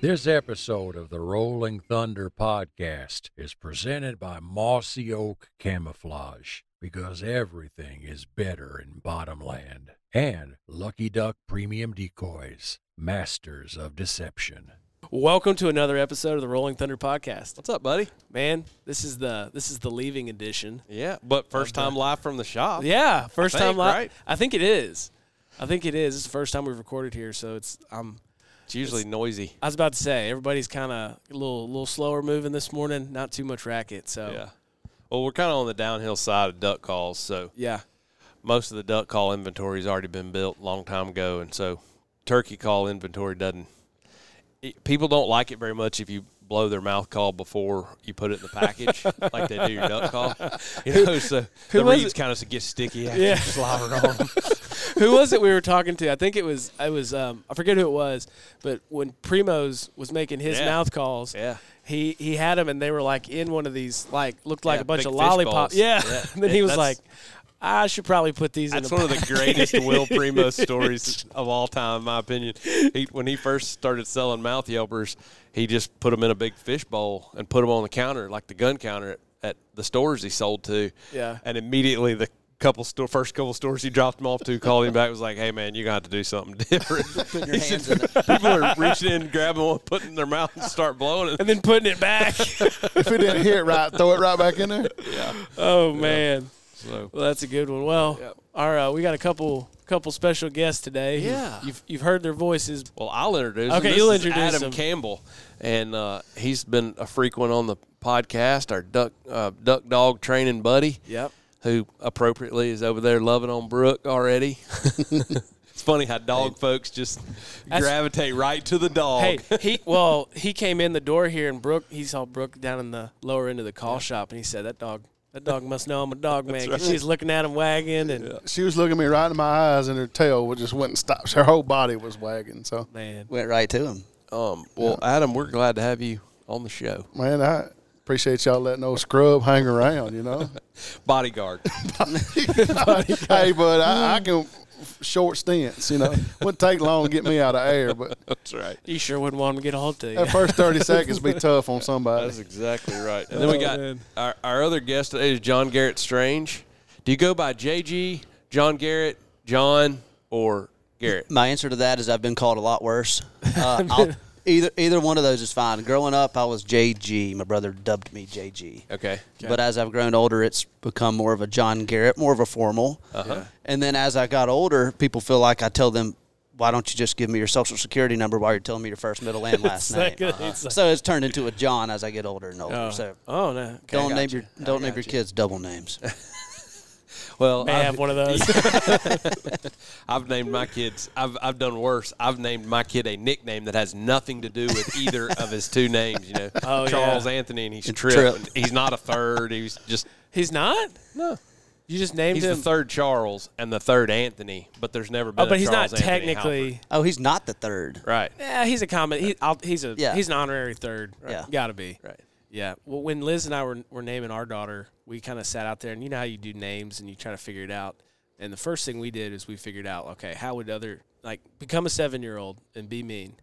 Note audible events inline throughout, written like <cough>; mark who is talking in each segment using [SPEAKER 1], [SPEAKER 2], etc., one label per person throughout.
[SPEAKER 1] This episode of the Rolling Thunder podcast is presented by Mossy Oak Camouflage because everything is better in Bottomland and Lucky Duck Premium Decoys, Masters of Deception.
[SPEAKER 2] Welcome to another episode of the Rolling Thunder podcast.
[SPEAKER 3] What's up, buddy?
[SPEAKER 2] Man, this is the this is the leaving edition.
[SPEAKER 3] Yeah, but first time live from the shop.
[SPEAKER 2] Yeah, first
[SPEAKER 3] think,
[SPEAKER 2] time live.
[SPEAKER 3] right?
[SPEAKER 2] I think it is. I think it is. It's the first time we've recorded here, so it's um
[SPEAKER 3] It's usually noisy.
[SPEAKER 2] I was about to say everybody's kind of a little little slower moving this morning, not too much racket. So
[SPEAKER 3] Yeah. Well, we're kind of on the downhill side of duck calls, so
[SPEAKER 2] yeah.
[SPEAKER 3] most of the duck call inventory has already been built a long time ago, and so turkey call inventory doesn't. It, people don't like it very much if you blow their mouth call before you put it in the package, like they do your duck
[SPEAKER 2] <laughs>
[SPEAKER 3] call. You know, so the
[SPEAKER 2] was
[SPEAKER 3] reeds
[SPEAKER 2] it?
[SPEAKER 3] kind of get sticky after
[SPEAKER 2] Yeah.
[SPEAKER 3] you slobber it on 'em.
[SPEAKER 2] who was it we were talking to? I think it was I was um, I forget who it was, but when Primo's was making his
[SPEAKER 3] Yeah.
[SPEAKER 2] mouth calls,
[SPEAKER 3] Yeah.
[SPEAKER 2] he he had them and they were like in one of these like looked like
[SPEAKER 3] Yeah,
[SPEAKER 2] a bunch
[SPEAKER 3] big
[SPEAKER 2] of
[SPEAKER 3] fish
[SPEAKER 2] lollipops.
[SPEAKER 3] balls.
[SPEAKER 2] <laughs> Yeah,
[SPEAKER 3] Yeah.
[SPEAKER 2] and then he was like,
[SPEAKER 3] That's-
[SPEAKER 2] I should probably put these. in
[SPEAKER 3] That's
[SPEAKER 2] the
[SPEAKER 3] one of the
[SPEAKER 2] pack."
[SPEAKER 3] greatest Will Primo stories of all time, in my opinion. He, when he first started selling mouth yelpers, he just put them in a big fish bowl and put them on the counter, like the gun counter at, at the stores he sold to.
[SPEAKER 2] Yeah.
[SPEAKER 3] And immediately the couple store, first couple stores he dropped them off to called him back was like, "Hey man, you're gonna have to do something <laughs> different."
[SPEAKER 2] <laughs>
[SPEAKER 4] Putting your
[SPEAKER 5] <laughs>
[SPEAKER 4] hands in it.
[SPEAKER 3] People are reaching in, grabbing one, putting it in their mouth, and start blowing it.
[SPEAKER 2] <laughs> and then putting it
[SPEAKER 3] <laughs>
[SPEAKER 2] back.
[SPEAKER 5] if it didn't hit right, throw it right back in there.
[SPEAKER 2] <laughs> oh man,
[SPEAKER 3] So
[SPEAKER 2] well that's a good one. Well, our uh, we got a couple couple special guests today.
[SPEAKER 3] Yeah.
[SPEAKER 2] you've you've heard their voices.
[SPEAKER 3] Well, I'll introduce.
[SPEAKER 2] Okay,
[SPEAKER 3] him. This
[SPEAKER 2] you'll
[SPEAKER 3] is
[SPEAKER 2] introduce
[SPEAKER 3] Adam
[SPEAKER 2] him.
[SPEAKER 3] Campbell, and uh, he's been a frequent on the podcast. Our duck uh, duck dog training buddy.
[SPEAKER 2] Yep.
[SPEAKER 3] Who appropriately is over there loving on Brooke already. <laughs> it's funny how dog folks just gravitate right to the dog. <laughs>
[SPEAKER 2] Hey, he well he came in the door here and Brooke he saw Brooke down in the lower end of the call shop and he said that dog that dog must know I'm
[SPEAKER 3] <laughs>
[SPEAKER 2] a dog man 'cause she's looking at him wagging and
[SPEAKER 5] She was looking me right in my eyes, and her tail would just wouldn't stop. Her whole body was wagging. So,
[SPEAKER 2] man
[SPEAKER 4] Went right to him.
[SPEAKER 3] Um, well, Adam, we're glad to have you on the show.
[SPEAKER 5] man, I appreciate y'all letting old scrub hang around. You know,
[SPEAKER 3] Bodyguard.
[SPEAKER 5] hey, but I, I can short stints. You know, wouldn't take long to get me out of air, but
[SPEAKER 3] That's right.
[SPEAKER 2] you sure wouldn't want him to get a hold of you.
[SPEAKER 5] that first thirty seconds be tough on
[SPEAKER 3] That's <laughs>
[SPEAKER 5] somebody.
[SPEAKER 3] exactly right. Oh, And then we got our, our other guest today is John Garrett Strange. Do you go by JG, John Garrett, John, or Garrett?
[SPEAKER 4] My answer to that is I've been called a
[SPEAKER 2] <laughs>
[SPEAKER 4] lot worse. Uh, I'll, either either one of those is fine. Growing up, I was JG. My brother dubbed me JG.
[SPEAKER 3] Okay.
[SPEAKER 4] But as I've grown older, it's become more of a John Garrett, more of a formal.
[SPEAKER 2] Uh-huh.
[SPEAKER 4] And then as I got older, people feel like I tell them, "Why don't you just give me your social security number while you're telling me your first,
[SPEAKER 2] <laughs>
[SPEAKER 4] middle, and last name?"
[SPEAKER 2] like- it's like-
[SPEAKER 4] so it's turned into a John as I get older and older.
[SPEAKER 2] Oh.
[SPEAKER 4] so
[SPEAKER 2] oh no okay,
[SPEAKER 4] don't
[SPEAKER 2] I
[SPEAKER 4] name
[SPEAKER 2] got
[SPEAKER 4] your
[SPEAKER 2] you.
[SPEAKER 4] don't name your kids
[SPEAKER 2] <laughs>
[SPEAKER 4] double names.
[SPEAKER 3] Well,
[SPEAKER 2] may I have
[SPEAKER 3] I've,
[SPEAKER 2] one of those.
[SPEAKER 3] <laughs> I've named my kids. I've I've done worse. I've named my kid a nickname that has nothing to do with
[SPEAKER 2] <laughs>
[SPEAKER 3] either of his two names. You know,
[SPEAKER 2] Oh, yeah.
[SPEAKER 3] Charles Anthony, and he's
[SPEAKER 4] And
[SPEAKER 3] Trip.
[SPEAKER 4] Tripp.
[SPEAKER 3] and He's not a third. He's just
[SPEAKER 2] He's not.
[SPEAKER 3] no.
[SPEAKER 2] You just named
[SPEAKER 3] He's
[SPEAKER 2] him.
[SPEAKER 3] the third Charles and the third Anthony, but there's never been.
[SPEAKER 2] oh, but
[SPEAKER 3] a
[SPEAKER 2] he's
[SPEAKER 3] Charles
[SPEAKER 2] not
[SPEAKER 3] Anthony
[SPEAKER 2] technically.
[SPEAKER 4] Oh, he's not the third.
[SPEAKER 3] Halpern. right.
[SPEAKER 2] Yeah, Eh, he's a common. He, I'll, he's a.
[SPEAKER 4] Yeah.
[SPEAKER 2] He's an honorary third.
[SPEAKER 4] Yeah.
[SPEAKER 2] gotta be.
[SPEAKER 3] Right.
[SPEAKER 2] Yeah. Well, when Liz and I were, were naming our daughter, we kind of sat out there, and you know how you do names and you try to figure it out. And the first thing we did is we figured out, okay, how would other like become a seven year old and be mean?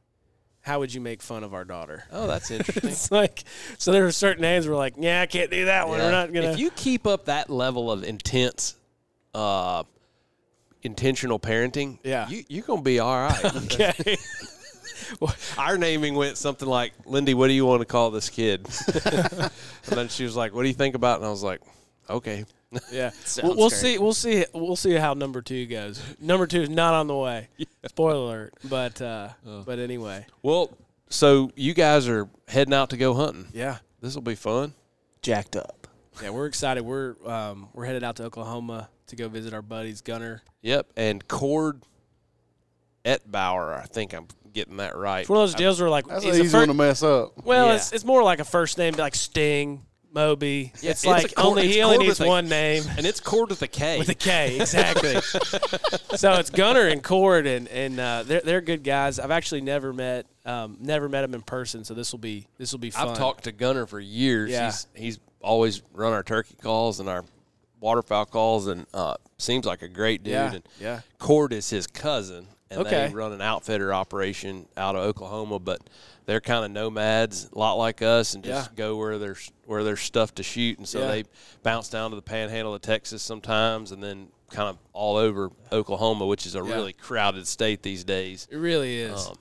[SPEAKER 2] How would you make fun of our daughter? <laughs>
[SPEAKER 3] Oh, that's interesting.
[SPEAKER 2] It's like so. There were certain names we're like, yeah, I can't do that one. We're not gonna.
[SPEAKER 3] If
[SPEAKER 2] <laughs>
[SPEAKER 3] you keep up that level of intense, uh, intentional parenting,
[SPEAKER 2] Yeah.
[SPEAKER 3] you you gonna be all right.
[SPEAKER 2] okay.
[SPEAKER 3] Our naming went something like, "Lindy, what do you want to call this kid?" <laughs> and then she was like, "What do you think about?" it? And I was like, "Okay."
[SPEAKER 2] <laughs> Yeah, we'll, we'll see. We'll see. We'll see how number two goes. Number two is not on the way. Spoiler alert. But uh, but anyway,
[SPEAKER 3] Well, so you guys are heading out to go hunting.
[SPEAKER 2] yeah,
[SPEAKER 3] This will be fun.
[SPEAKER 4] Jacked up.
[SPEAKER 2] yeah, we're excited. We're um, we're headed out to Oklahoma to go visit our buddies Gunner.
[SPEAKER 3] Yep. And Cord Etbauer. I think I'm getting that right.
[SPEAKER 2] It's one of those deals where like
[SPEAKER 5] That's
[SPEAKER 2] he's
[SPEAKER 5] an
[SPEAKER 2] the
[SPEAKER 5] easy
[SPEAKER 2] fir-
[SPEAKER 5] one to mess up.
[SPEAKER 2] Well,
[SPEAKER 3] Yeah.
[SPEAKER 2] it's, it's more like a first name, like Sting, Moby.
[SPEAKER 3] Yeah,
[SPEAKER 2] it's,
[SPEAKER 3] it's
[SPEAKER 2] like
[SPEAKER 3] a cor-
[SPEAKER 2] only
[SPEAKER 3] it's
[SPEAKER 2] he only
[SPEAKER 3] Corbin
[SPEAKER 2] needs
[SPEAKER 3] thing. <laughs>
[SPEAKER 2] one name
[SPEAKER 3] and it's cord with a K.
[SPEAKER 2] with a K, exactly.
[SPEAKER 3] <laughs>
[SPEAKER 2] so it's Gunner and Cord, and and uh, they're they're good guys. I've actually never met um, never met him in person, so this will be this will be fun.
[SPEAKER 3] I've talked to Gunner for years.
[SPEAKER 2] Yeah.
[SPEAKER 3] He's he's always run our turkey calls and our waterfowl calls, and uh, seems like a great dude.
[SPEAKER 2] Yeah,
[SPEAKER 3] And
[SPEAKER 2] yeah.
[SPEAKER 3] Cord is his cousin, and
[SPEAKER 2] Okay.
[SPEAKER 3] they run an outfitter operation out of Oklahoma, but they're kind of nomads, a lot like us, and just
[SPEAKER 2] Yeah.
[SPEAKER 3] go where there's where there's stuff to shoot, and so
[SPEAKER 2] Yeah.
[SPEAKER 3] they bounce down to the Panhandle of Texas sometimes, and then kind of all over Oklahoma, which is a really crowded state these days.
[SPEAKER 2] It really is.
[SPEAKER 3] Um,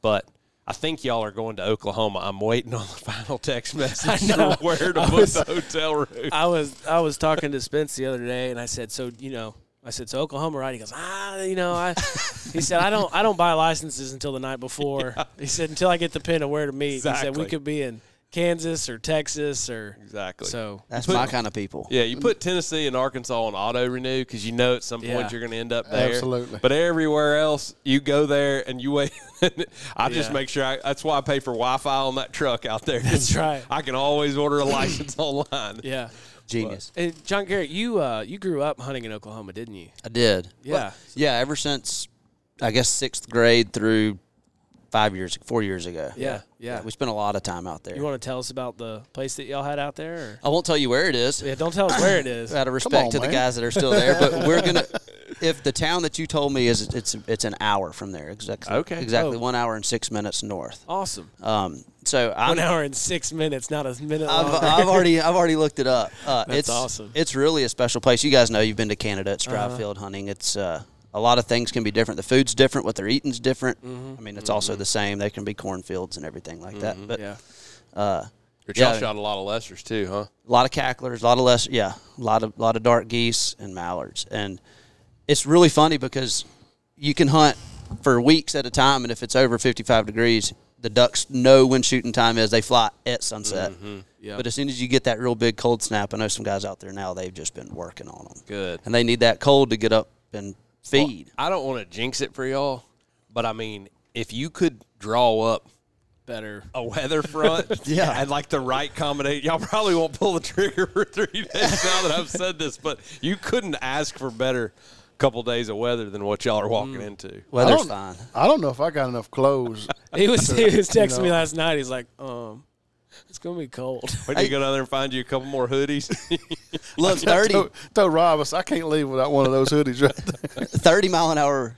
[SPEAKER 3] but I think y'all are going to Oklahoma. I'm waiting on the <laughs> final text message
[SPEAKER 2] know.
[SPEAKER 3] for where to book the hotel room.
[SPEAKER 2] I was I was talking to Spence the other day, and I said, so you know, I said, so Oklahoma, right? He goes, ah, you know, I. He said, I don't I don't buy licenses until the night before. He said until I get the pin of where to meet. He said we
[SPEAKER 3] Exactly.
[SPEAKER 2] could be in Kansas or Texas or
[SPEAKER 3] Exactly.
[SPEAKER 2] so.
[SPEAKER 4] That's my kind of people.
[SPEAKER 3] yeah, you put Tennessee and Arkansas on auto renew because you know at some point
[SPEAKER 2] Yeah.
[SPEAKER 3] you're going to end up there.
[SPEAKER 5] Absolutely.
[SPEAKER 3] But everywhere else, you go there and you wait. <laughs> I just
[SPEAKER 2] Yeah.
[SPEAKER 3] make sure I, that's why I pay for Wi Fi on that truck out there. <laughs>
[SPEAKER 2] That's right.
[SPEAKER 3] I can always order a
[SPEAKER 2] <clears throat>
[SPEAKER 3] license online.
[SPEAKER 2] Yeah.
[SPEAKER 4] Genius.
[SPEAKER 2] Hey, John Garrett, you uh, you grew up hunting in Oklahoma, didn't you?
[SPEAKER 4] I did.
[SPEAKER 2] Yeah.
[SPEAKER 4] Yeah, ever since I guess sixth grade through five years, four years ago.
[SPEAKER 2] Yeah, yeah.
[SPEAKER 4] we spent a lot of time out there.
[SPEAKER 2] You want to tell us about the place that y'all had out there? Or?
[SPEAKER 4] I won't tell you where it is.
[SPEAKER 2] Yeah, don't tell us where it is.
[SPEAKER 4] Out of respect
[SPEAKER 5] on,
[SPEAKER 4] to the
[SPEAKER 5] man.
[SPEAKER 4] guys that are still there, but we're
[SPEAKER 2] <laughs>
[SPEAKER 4] gonna. If the town that you told me is, it's it's an hour from there, exactly.
[SPEAKER 3] Okay.
[SPEAKER 4] Exactly
[SPEAKER 2] Oh.
[SPEAKER 4] one hour and six minutes north.
[SPEAKER 2] Awesome.
[SPEAKER 4] Um, so I'm,
[SPEAKER 2] One hour and six minutes, not a minute <laughs>
[SPEAKER 4] I've,
[SPEAKER 2] long.
[SPEAKER 4] I've already I've already looked it up. Uh,
[SPEAKER 2] That's
[SPEAKER 4] it's,
[SPEAKER 2] awesome.
[SPEAKER 4] It's really a special place. You guys know you've been to Canada. It's dry field hunting. It's uh, a lot of things can be different. The food's different. What they're eating's different. I mean, it's
[SPEAKER 2] Mm-hmm.
[SPEAKER 4] also the same. They can be cornfields and everything like that. But
[SPEAKER 2] yeah.
[SPEAKER 3] But y'all
[SPEAKER 4] Yeah.
[SPEAKER 3] shot a lot of lessers too, huh?
[SPEAKER 4] a lot of cacklers, a lot of less, yeah, a lot of lot of dark geese and mallards, and it's really funny because you can hunt for weeks at a time, and if it's over fifty five degrees, the ducks know when shooting time is. They fly at sunset.
[SPEAKER 2] Yeah.
[SPEAKER 4] But as soon as you get that real big cold snap, I know some guys out there now they've just been working on them,
[SPEAKER 3] Good.
[SPEAKER 4] and they need that cold to get up and feed.
[SPEAKER 3] I don't want to jinx it for y'all, but I mean, if you could draw up
[SPEAKER 2] Better.
[SPEAKER 3] a weather <laughs> front.
[SPEAKER 4] Yeah.
[SPEAKER 3] And like the right combination. Y'all probably won't pull the trigger for three days <laughs> now that I've said this, but you couldn't ask for better couple days of weather than what y'all are walking into.
[SPEAKER 5] I
[SPEAKER 4] Weather's
[SPEAKER 5] don't, <laughs>
[SPEAKER 4] fine.
[SPEAKER 5] I don't know if I got enough clothes.
[SPEAKER 2] <laughs> He was he was texting
[SPEAKER 5] You know.
[SPEAKER 2] me last night. He's like, um, it's gonna be cold.
[SPEAKER 3] When you go down there and find you a couple more <laughs> hoodies,
[SPEAKER 4] <laughs> Look, 30,
[SPEAKER 5] told, told Rob, I said, I can't leave without one of those hoodies right there.
[SPEAKER 4] 30 mile an hour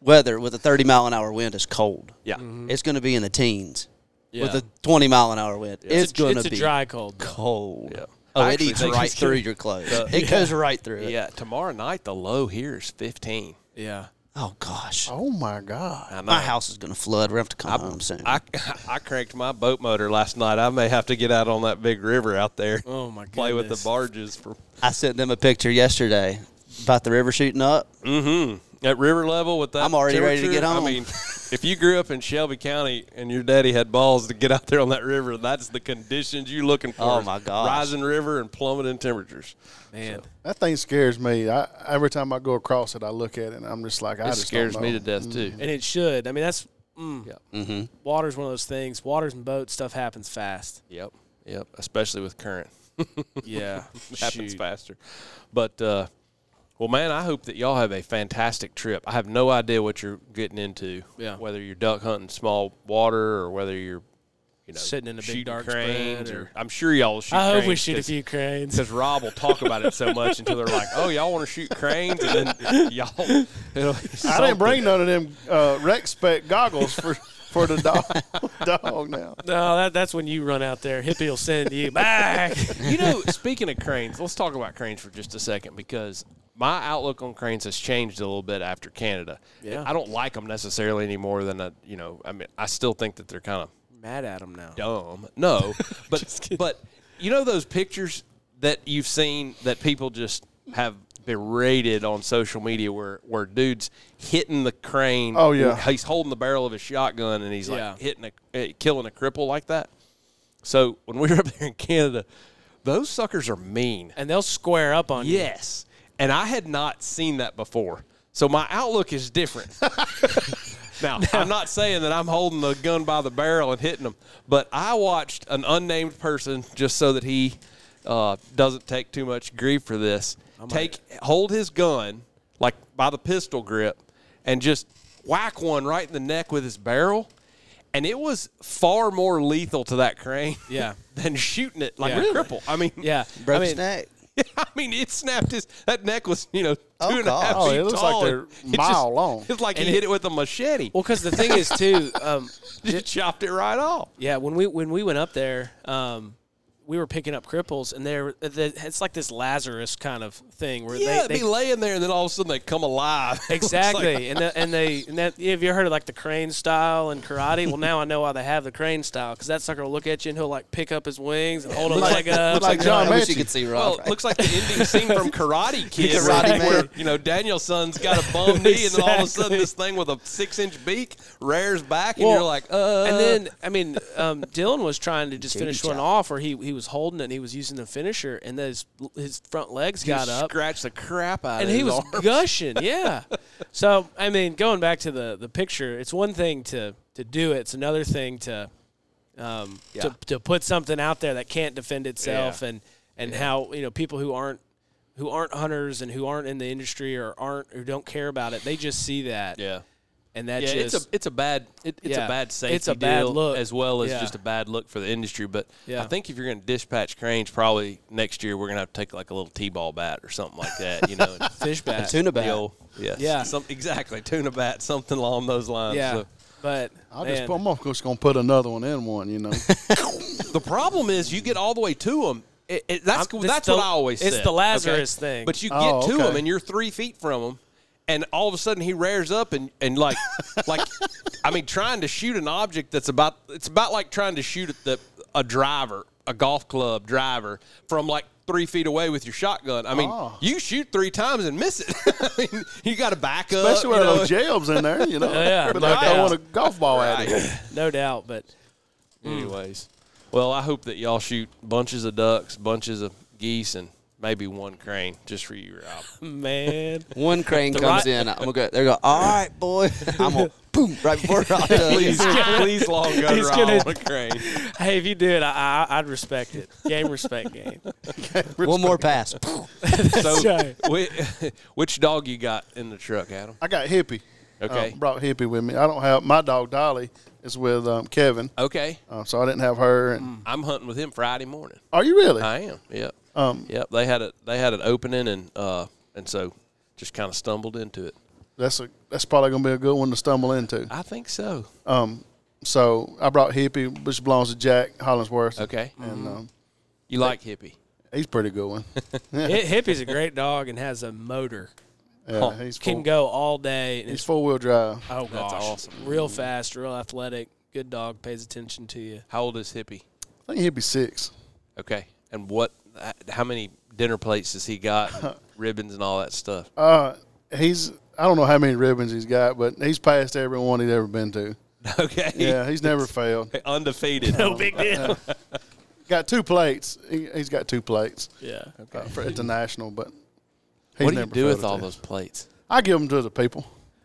[SPEAKER 4] weather with a 30 mile an hour wind is cold.
[SPEAKER 3] yeah,
[SPEAKER 4] It's going to be in the teens with
[SPEAKER 3] Mm-hmm. Yeah.
[SPEAKER 4] a 20 mile an hour wind. It's,
[SPEAKER 2] a- <laughs>
[SPEAKER 4] going
[SPEAKER 2] it's
[SPEAKER 4] to
[SPEAKER 2] a
[SPEAKER 4] be
[SPEAKER 2] dry cold. though.
[SPEAKER 4] cold.
[SPEAKER 3] Yeah.
[SPEAKER 4] Oh,
[SPEAKER 3] I
[SPEAKER 4] it
[SPEAKER 3] actually
[SPEAKER 4] eats
[SPEAKER 3] think
[SPEAKER 4] right
[SPEAKER 3] it's
[SPEAKER 4] through
[SPEAKER 3] gonna-
[SPEAKER 4] your clothes. it goes right through it.
[SPEAKER 3] yeah. Tomorrow night the low here is fifteen.
[SPEAKER 2] Yeah.
[SPEAKER 4] Oh gosh,
[SPEAKER 5] Oh my God.
[SPEAKER 3] I know.
[SPEAKER 4] my house is going to flood. We're going to have to come home soon.
[SPEAKER 3] I, <laughs> I cranked my boat motor last night. I may have to get out on that big river out there.
[SPEAKER 2] Oh, my
[SPEAKER 3] Play with the
[SPEAKER 2] goodness.
[SPEAKER 3] barges for
[SPEAKER 4] I sent them a picture yesterday about the river shooting up.
[SPEAKER 3] at river level with that.
[SPEAKER 4] I'm already ready to
[SPEAKER 3] temperature,
[SPEAKER 4] get home.
[SPEAKER 3] I mean, if you grew up in Shelby County and your daddy had balls to get out there on that river, that's the conditions you're looking for.
[SPEAKER 4] Oh,
[SPEAKER 3] is
[SPEAKER 4] my gosh.
[SPEAKER 3] Rising river and plummeting temperatures.
[SPEAKER 2] Man.
[SPEAKER 5] That thing scares me. I, every time I go across it, I look at it and I'm just like, I
[SPEAKER 3] It
[SPEAKER 5] just
[SPEAKER 3] scares
[SPEAKER 5] don't
[SPEAKER 3] me
[SPEAKER 5] know.
[SPEAKER 3] to death too.
[SPEAKER 2] And it should. I mean, that's mm,
[SPEAKER 3] Yeah. Mm-hmm.
[SPEAKER 2] water's one of those things. Waters and boats stuff happens fast.
[SPEAKER 3] Yep. Yep. Especially with current,
[SPEAKER 2] Yeah.
[SPEAKER 3] it <laughs> happens
[SPEAKER 2] Shoot.
[SPEAKER 3] faster. But uh, well, man, I hope that y'all have a fantastic trip. I have no idea what you're getting into.
[SPEAKER 2] Yeah.
[SPEAKER 3] Whether you're duck hunting small water or whether you're you know,
[SPEAKER 2] Sitting in a big
[SPEAKER 3] shooting
[SPEAKER 2] dark
[SPEAKER 3] cranes,
[SPEAKER 2] spread
[SPEAKER 3] or,
[SPEAKER 2] or-
[SPEAKER 3] I'm sure y'all will shoot.
[SPEAKER 2] I hope we
[SPEAKER 3] cranes
[SPEAKER 2] shoot a
[SPEAKER 3] <laughs> 'cause-
[SPEAKER 2] few cranes.
[SPEAKER 3] because Rob will talk about it so much until they're like, "Oh, y'all want to shoot cranes?" And then <laughs> y'all. it'll be
[SPEAKER 5] I
[SPEAKER 3] something.
[SPEAKER 5] didn't bring none of them uh, rec spec goggles for, for the dog, <laughs> dog now.
[SPEAKER 2] No, that, that's when you run out there. Hippie will
[SPEAKER 3] <laughs>
[SPEAKER 2] send you back.
[SPEAKER 3] You know, speaking of cranes, let's talk about cranes for just a second because my outlook on cranes has changed a little bit after Canada.
[SPEAKER 2] Yeah.
[SPEAKER 3] I don't like them necessarily anymore. Than I, you know, I mean, I still think that they're kind of
[SPEAKER 2] Mad at him now.
[SPEAKER 3] dumb. No, but but you know those pictures that you've seen that people just have berated on social media where where dudes hitting the crane.
[SPEAKER 5] Oh, yeah.
[SPEAKER 3] he's holding the barrel of his shotgun and he's
[SPEAKER 2] Yeah.
[SPEAKER 3] like hitting a uh, killing a cripple like that. So when we were up there in Canada, those suckers are mean.
[SPEAKER 2] And they'll square up on you. <laughs>
[SPEAKER 3] Yes. And I had not seen that before. So my outlook is different. Now, I'm not saying that I'm holding the gun by the barrel and hitting them, but I watched an unnamed person just so that he uh, doesn't take too much grief for this. Take hold his gun like by the pistol grip and just whack one right in the neck with his barrel. And it was far more lethal to that crane,
[SPEAKER 2] Yeah.
[SPEAKER 3] <laughs> than shooting it like
[SPEAKER 2] Yeah.
[SPEAKER 3] a cripple. I mean,
[SPEAKER 2] Yeah,
[SPEAKER 4] Broke
[SPEAKER 2] I mean,
[SPEAKER 4] his neck.
[SPEAKER 3] <laughs> I mean, it snapped his that neck was you know two
[SPEAKER 4] Oh,
[SPEAKER 3] and a half
[SPEAKER 4] God. Oh,
[SPEAKER 3] feet
[SPEAKER 5] it looks like
[SPEAKER 3] tall.
[SPEAKER 5] they're
[SPEAKER 3] It just-
[SPEAKER 5] mile long.
[SPEAKER 3] <laughs> It's like
[SPEAKER 2] And
[SPEAKER 3] he
[SPEAKER 2] it-
[SPEAKER 3] hit it with a machete.
[SPEAKER 2] well, because the thing is too, um,
[SPEAKER 3] just chopped it right off.
[SPEAKER 2] Yeah, when we when we went up there, um, we were picking up cripples, and there it's like this Lazarus kind of thing where
[SPEAKER 3] Yeah,
[SPEAKER 2] they,
[SPEAKER 3] it'd
[SPEAKER 2] they
[SPEAKER 3] be laying there, and then all of a sudden they come alive. It looks <laughs> like-
[SPEAKER 2] exactly, and the, and they and that have you heard of like the crane style and karate? Well, now I know why they have the crane style because that sucker will look at you and he'll like pick up his wings and hold a leg up.
[SPEAKER 5] looks like John
[SPEAKER 4] I wish you
[SPEAKER 5] Manson.
[SPEAKER 4] could see
[SPEAKER 3] well,
[SPEAKER 4] Rob.
[SPEAKER 3] it looks like the ending scene from Karate Kid,
[SPEAKER 4] Karate
[SPEAKER 3] right,
[SPEAKER 4] Man.
[SPEAKER 3] where you know Daniel Son's got a bum knee, and then all of a sudden
[SPEAKER 2] Exactly.
[SPEAKER 3] this thing with a six-inch beak rears back, and
[SPEAKER 2] Well,
[SPEAKER 3] you're like, uh.
[SPEAKER 2] and then I mean, um, Dylan was trying to just
[SPEAKER 4] Baby
[SPEAKER 2] finish one
[SPEAKER 4] chop.
[SPEAKER 2] off, where he he was holding it, and he was using the finisher, and his his front legs
[SPEAKER 3] you
[SPEAKER 2] got up,
[SPEAKER 3] scratch the crap out of
[SPEAKER 2] and he
[SPEAKER 3] his
[SPEAKER 2] was
[SPEAKER 3] arm. <laughs>
[SPEAKER 2] gushing. Yeah. so I mean, going back to the the picture, it's one thing to to do it. It's another thing to um
[SPEAKER 3] Yeah.
[SPEAKER 2] to to put something out there that can't defend itself,
[SPEAKER 3] Yeah.
[SPEAKER 2] and and how you know people who aren't who aren't hunters and who aren't in the industry or aren't or don't care about it, they just see that.
[SPEAKER 3] Yeah.
[SPEAKER 2] And that
[SPEAKER 3] yeah,
[SPEAKER 2] just
[SPEAKER 3] it's a it's a bad it, it's
[SPEAKER 2] Yeah.
[SPEAKER 3] a bad
[SPEAKER 2] It's
[SPEAKER 3] safety
[SPEAKER 2] a bad
[SPEAKER 3] deal
[SPEAKER 2] look.
[SPEAKER 3] as well as
[SPEAKER 2] Yeah.
[SPEAKER 3] just a bad look for the industry. But
[SPEAKER 2] Yeah.
[SPEAKER 3] I think if you're going to dispatch cranes, probably next year we're going to have to take like a little t-ball bat or something like that. You know, and <laughs>
[SPEAKER 2] <laughs> fish bat.
[SPEAKER 4] Tuna
[SPEAKER 3] the
[SPEAKER 4] bat.
[SPEAKER 3] old- yes,
[SPEAKER 2] Yeah.
[SPEAKER 3] some, exactly tuna bat, something along those lines.
[SPEAKER 2] yeah.
[SPEAKER 3] So
[SPEAKER 2] But
[SPEAKER 5] I'll just
[SPEAKER 2] man,
[SPEAKER 5] put, I'm just gonna put another one in
[SPEAKER 3] <laughs>
[SPEAKER 5] one. You know,
[SPEAKER 3] the problem is you get all the way to them. It, it, that's
[SPEAKER 2] I'm-
[SPEAKER 3] that's
[SPEAKER 2] it's the-
[SPEAKER 3] what I always
[SPEAKER 2] it's
[SPEAKER 3] said,
[SPEAKER 2] the Lazarus thing.
[SPEAKER 3] But you get
[SPEAKER 5] Oh,
[SPEAKER 3] to
[SPEAKER 5] okay.
[SPEAKER 3] him and you're three feet from him, and all of a sudden he rears up and, and
[SPEAKER 5] <laughs>
[SPEAKER 3] like like I mean trying to shoot an object that's about it's about like trying to shoot at the a driver a golf club driver from like three feet away with your shotgun. I mean
[SPEAKER 5] Oh.
[SPEAKER 3] you shoot three times and miss it. <laughs> I mean you got to back up.
[SPEAKER 5] especially
[SPEAKER 3] you
[SPEAKER 5] with
[SPEAKER 3] know.
[SPEAKER 5] those jabs in there.
[SPEAKER 3] <laughs>
[SPEAKER 5] You know,
[SPEAKER 2] Yeah,
[SPEAKER 5] but
[SPEAKER 2] no
[SPEAKER 5] like
[SPEAKER 2] doubt.
[SPEAKER 5] throwing a golf ball at it.
[SPEAKER 2] no doubt. But
[SPEAKER 3] Hmm. Anyways, well, I hope that y'all shoot bunches of ducks, bunches of geese, and maybe one crane just for you, Rob.
[SPEAKER 2] man, <laughs>
[SPEAKER 4] One crane
[SPEAKER 2] The
[SPEAKER 4] comes
[SPEAKER 2] right-
[SPEAKER 4] in. I'm gonna go. They're going. All right, boy. I'm gonna boom right before Rob
[SPEAKER 3] <laughs> <laughs>
[SPEAKER 4] does.
[SPEAKER 3] Please, please, long gun
[SPEAKER 2] He's
[SPEAKER 3] Rob
[SPEAKER 2] gonna-
[SPEAKER 3] on a crane.
[SPEAKER 2] hey, if you do it, I, I I'd respect it. Game respect game.
[SPEAKER 4] One more pass.
[SPEAKER 3] <laughs>
[SPEAKER 4] <laughs>
[SPEAKER 3] So,
[SPEAKER 2] right.
[SPEAKER 3] <laughs> whi- which dog you got in the truck, Adam?
[SPEAKER 5] I got hippie.
[SPEAKER 3] Okay.
[SPEAKER 5] Uh, brought hippie with me. I don't have my dog Dolly is with um, Kevin,
[SPEAKER 3] Okay,
[SPEAKER 5] uh, so I didn't have her. And
[SPEAKER 3] I'm hunting with him Friday morning.
[SPEAKER 5] are you really?
[SPEAKER 3] I am. Yep.
[SPEAKER 5] Um,
[SPEAKER 3] Yep. They had a they had an opening and uh and so just kind of stumbled into it.
[SPEAKER 5] That's a that's probably gonna be a good one to stumble into.
[SPEAKER 3] I think so.
[SPEAKER 5] So I brought hippie, which belongs to Jack Hollingsworth.
[SPEAKER 3] Okay.
[SPEAKER 5] and um,
[SPEAKER 3] You like hippie?
[SPEAKER 5] he's a pretty good one.
[SPEAKER 3] <laughs>
[SPEAKER 2] Hi- Hippie's a great dog and has a motor.
[SPEAKER 3] Oh,
[SPEAKER 5] Yeah, he's
[SPEAKER 2] Can
[SPEAKER 5] four-
[SPEAKER 2] go all day. And
[SPEAKER 5] He's
[SPEAKER 2] it's,
[SPEAKER 5] four wheel drive.
[SPEAKER 2] oh gosh,
[SPEAKER 3] That's awesome.
[SPEAKER 2] real fast, real athletic. Good dog pays attention to you.
[SPEAKER 3] How old is hippie?
[SPEAKER 5] I think he'd be six.
[SPEAKER 3] Okay. And what? h- How many dinner plates has he got? and ribbons and all that stuff.
[SPEAKER 5] Uh, He's I don't know how many ribbons he's got, but he's passed everyone he's ever been to.
[SPEAKER 3] <laughs> okay.
[SPEAKER 5] Yeah, he's never failed.
[SPEAKER 3] <laughs> Undefeated.
[SPEAKER 2] No big deal.
[SPEAKER 5] Got two plates. He, he's got two plates
[SPEAKER 2] <laughs> yeah.
[SPEAKER 3] <laughs>
[SPEAKER 5] uh, for, at the national, but he's
[SPEAKER 3] What do you
[SPEAKER 5] never
[SPEAKER 3] do with
[SPEAKER 5] failed
[SPEAKER 3] all
[SPEAKER 5] it.
[SPEAKER 3] those
[SPEAKER 5] <laughs>
[SPEAKER 3] plates? <laughs>
[SPEAKER 5] I give them to the people.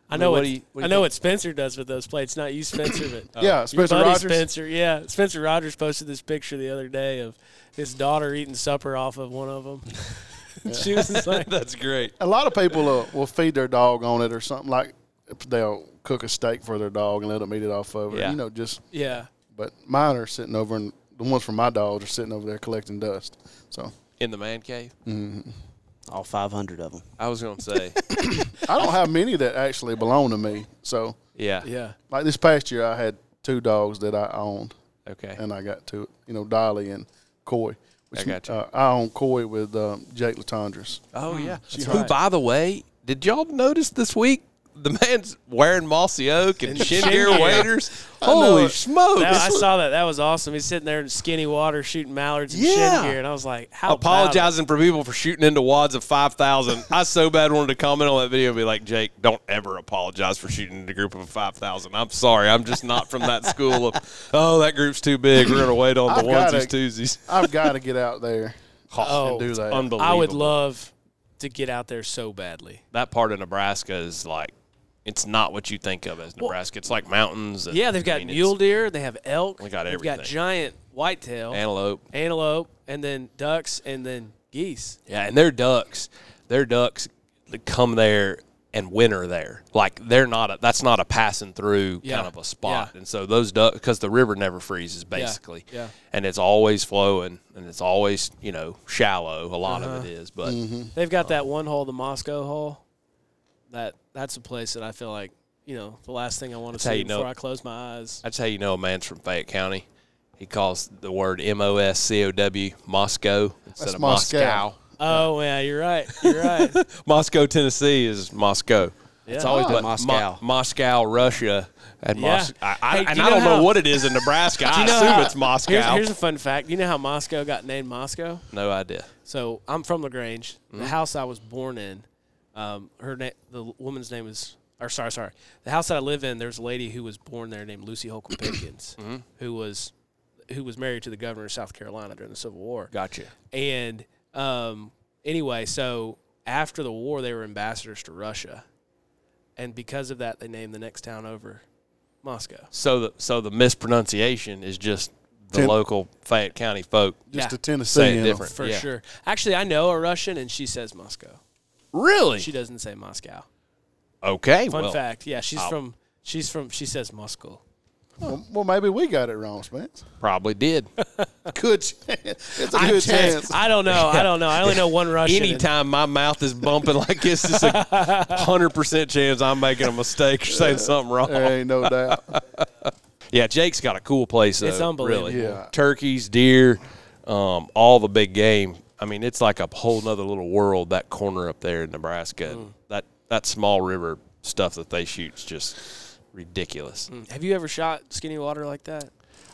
[SPEAKER 2] I know
[SPEAKER 3] what
[SPEAKER 2] what,
[SPEAKER 3] do you- what do
[SPEAKER 2] I
[SPEAKER 3] you
[SPEAKER 2] know
[SPEAKER 3] think?
[SPEAKER 2] what Spencer does with those plates. Not you, Spencer, but
[SPEAKER 3] <coughs> Oh.
[SPEAKER 5] yeah,
[SPEAKER 2] your
[SPEAKER 5] Spencer
[SPEAKER 2] buddy
[SPEAKER 5] Rogers.
[SPEAKER 2] Spencer. Yeah, Spencer Rogers posted this picture the other day of his daughter eating supper off of one
[SPEAKER 3] <laughs>
[SPEAKER 2] of them. she was just like, <laughs>
[SPEAKER 3] That's great.
[SPEAKER 5] A lot of people uh, will feed their dog on it or something like they'll cook a steak for their dog and let them eat it off of it.
[SPEAKER 3] Yeah.
[SPEAKER 5] You know, just
[SPEAKER 2] yeah.
[SPEAKER 5] but mine are sitting over and the ones from my dogs are sitting over there collecting dust. So
[SPEAKER 3] In the man cave.
[SPEAKER 4] All 500 of them.
[SPEAKER 3] I was gonna say.
[SPEAKER 5] I don't have many that actually belong to me. So
[SPEAKER 3] Yeah.
[SPEAKER 2] Yeah.
[SPEAKER 5] like this past year, I had two dogs that I owned,
[SPEAKER 3] Okay.
[SPEAKER 5] and uh, I got two, you know, Dolly and Coy. Which,
[SPEAKER 3] I got you.
[SPEAKER 5] Uh, I own Coy with um, Jake Latondras.
[SPEAKER 3] oh yeah. Who,
[SPEAKER 2] right.
[SPEAKER 3] by the way, did y'all notice this week? The man's wearing mossy oak and shin
[SPEAKER 2] shin
[SPEAKER 3] gear
[SPEAKER 2] gear.
[SPEAKER 3] waders.
[SPEAKER 5] know
[SPEAKER 3] Holy
[SPEAKER 5] it.
[SPEAKER 3] smokes!
[SPEAKER 2] That- I saw that. That was awesome. He's sitting there in skinny water shooting mallards and
[SPEAKER 3] Yeah.
[SPEAKER 2] shin gear, and I was like, "How proud of-
[SPEAKER 3] apologizing for people for shooting into wads of 5,000. I so bad wanted to comment on that video and be like, Jake, don't ever apologize for shooting into a group of 5,000. I'm sorry. I'm just not from that school of, oh, that group's too big. We're going to wait on the
[SPEAKER 5] I've got
[SPEAKER 3] onesies,
[SPEAKER 5] it. <laughs>
[SPEAKER 3] twosies.
[SPEAKER 5] I've got to get
[SPEAKER 3] <laughs>
[SPEAKER 5] out there
[SPEAKER 2] Oh,
[SPEAKER 5] and do that.
[SPEAKER 3] Unbelievable.
[SPEAKER 2] I would love to get out there so badly.
[SPEAKER 3] that part of Nebraska is like it's not what you think of as Nebraska. it's like mountains. And,
[SPEAKER 2] Yeah, they've got
[SPEAKER 3] I mean, it's
[SPEAKER 2] mule deer. They have elk.
[SPEAKER 3] They got
[SPEAKER 2] They've got
[SPEAKER 3] everything.
[SPEAKER 2] giant whitetail,
[SPEAKER 3] antelope.
[SPEAKER 2] antelope, and then ducks, and then geese.
[SPEAKER 3] Yeah, and their ducks, their ducks that come there and winter there. Like they're not a, that's not a passing through
[SPEAKER 2] Yeah,
[SPEAKER 3] kind of a spot.
[SPEAKER 2] yeah.
[SPEAKER 3] And so those ducks because the river never freezes basically.
[SPEAKER 2] yeah.
[SPEAKER 3] And it's always flowing and it's always, you know, shallow. A lot
[SPEAKER 2] Uh-huh.
[SPEAKER 3] of it is, but
[SPEAKER 5] Mm-hmm.
[SPEAKER 2] They've got that one hole, the Moscow hole. That that's a place that I feel like you know the last thing I want to
[SPEAKER 3] how
[SPEAKER 2] see
[SPEAKER 3] you know-
[SPEAKER 2] before I close my eyes.
[SPEAKER 3] that's how you know a man's from Fayette County. He calls the word M O S C O W Moscow instead
[SPEAKER 5] That's
[SPEAKER 3] of
[SPEAKER 5] Moscow.
[SPEAKER 3] Moscow.
[SPEAKER 2] Oh yeah, you're right.
[SPEAKER 3] <laughs>
[SPEAKER 2] You're right.
[SPEAKER 3] Moscow, Tennessee is Moscow. It's
[SPEAKER 2] Yeah.
[SPEAKER 3] always
[SPEAKER 4] Oh.
[SPEAKER 3] been
[SPEAKER 4] Moscow.
[SPEAKER 3] Mo- Moscow, Russia, and
[SPEAKER 2] Yeah.
[SPEAKER 3] Mos- I, I,
[SPEAKER 2] Hey, do
[SPEAKER 3] and
[SPEAKER 2] you
[SPEAKER 3] I
[SPEAKER 2] know
[SPEAKER 3] don't know
[SPEAKER 2] how-
[SPEAKER 3] what it is in <laughs> Nebraska. I assume
[SPEAKER 2] how-
[SPEAKER 3] it's Moscow.
[SPEAKER 2] Here's, here's a fun fact. You know how Moscow got named Moscow?
[SPEAKER 3] no idea.
[SPEAKER 2] So I'm from Lagrange.
[SPEAKER 5] Mm-hmm.
[SPEAKER 2] The house I was born in, um, her na- the woman's name is, or sorry, sorry, the house that I live in. There's a lady who was born there named Lucy
[SPEAKER 5] <coughs>
[SPEAKER 2] Holcomb Pickens,
[SPEAKER 5] Mm-hmm.
[SPEAKER 2] who was, who was married to the governor of South Carolina during the Civil War.
[SPEAKER 3] Gotcha.
[SPEAKER 2] And um, anyway, so after the war, they were ambassadors to Russia, and because of that, they named the next town over Moscow.
[SPEAKER 3] So the so the mispronunciation is just the
[SPEAKER 5] Tim-
[SPEAKER 3] local Fayette County folk.
[SPEAKER 5] Just
[SPEAKER 2] Yeah.
[SPEAKER 5] a Tennessee.
[SPEAKER 3] Say it
[SPEAKER 5] in 'em.
[SPEAKER 3] different.
[SPEAKER 2] For
[SPEAKER 3] Yeah.
[SPEAKER 2] sure. Actually, I know a Russian, and she says Moscow.
[SPEAKER 3] Really?
[SPEAKER 2] She doesn't say Moscow.
[SPEAKER 3] okay.
[SPEAKER 2] Fun
[SPEAKER 3] well,
[SPEAKER 2] fact. Yeah, she's from. She's from. She says Moscow.
[SPEAKER 5] Well, well, maybe we got it wrong, Spence.
[SPEAKER 3] Probably <laughs> did.
[SPEAKER 5] Good chance. It's a
[SPEAKER 2] I,
[SPEAKER 5] good chance.
[SPEAKER 2] I don't know. I don't know. I only
[SPEAKER 3] <laughs>
[SPEAKER 2] know one Russian.
[SPEAKER 3] Anytime my mouth is bumping like this, it's a <laughs> hundred percent chance I'm making a mistake or saying something wrong.
[SPEAKER 5] There ain't no doubt.
[SPEAKER 3] Yeah, Jake's got a cool place. Though,
[SPEAKER 2] It's unbelievable.
[SPEAKER 3] Really.
[SPEAKER 5] Yeah.
[SPEAKER 3] Turkeys, deer, um, all the big game. I mean, it's like a whole nother little world that corner up there in Nebraska.
[SPEAKER 2] Mm.
[SPEAKER 3] That that small river stuff that they shoot's just ridiculous.
[SPEAKER 2] And- have you ever shot skinny water like that?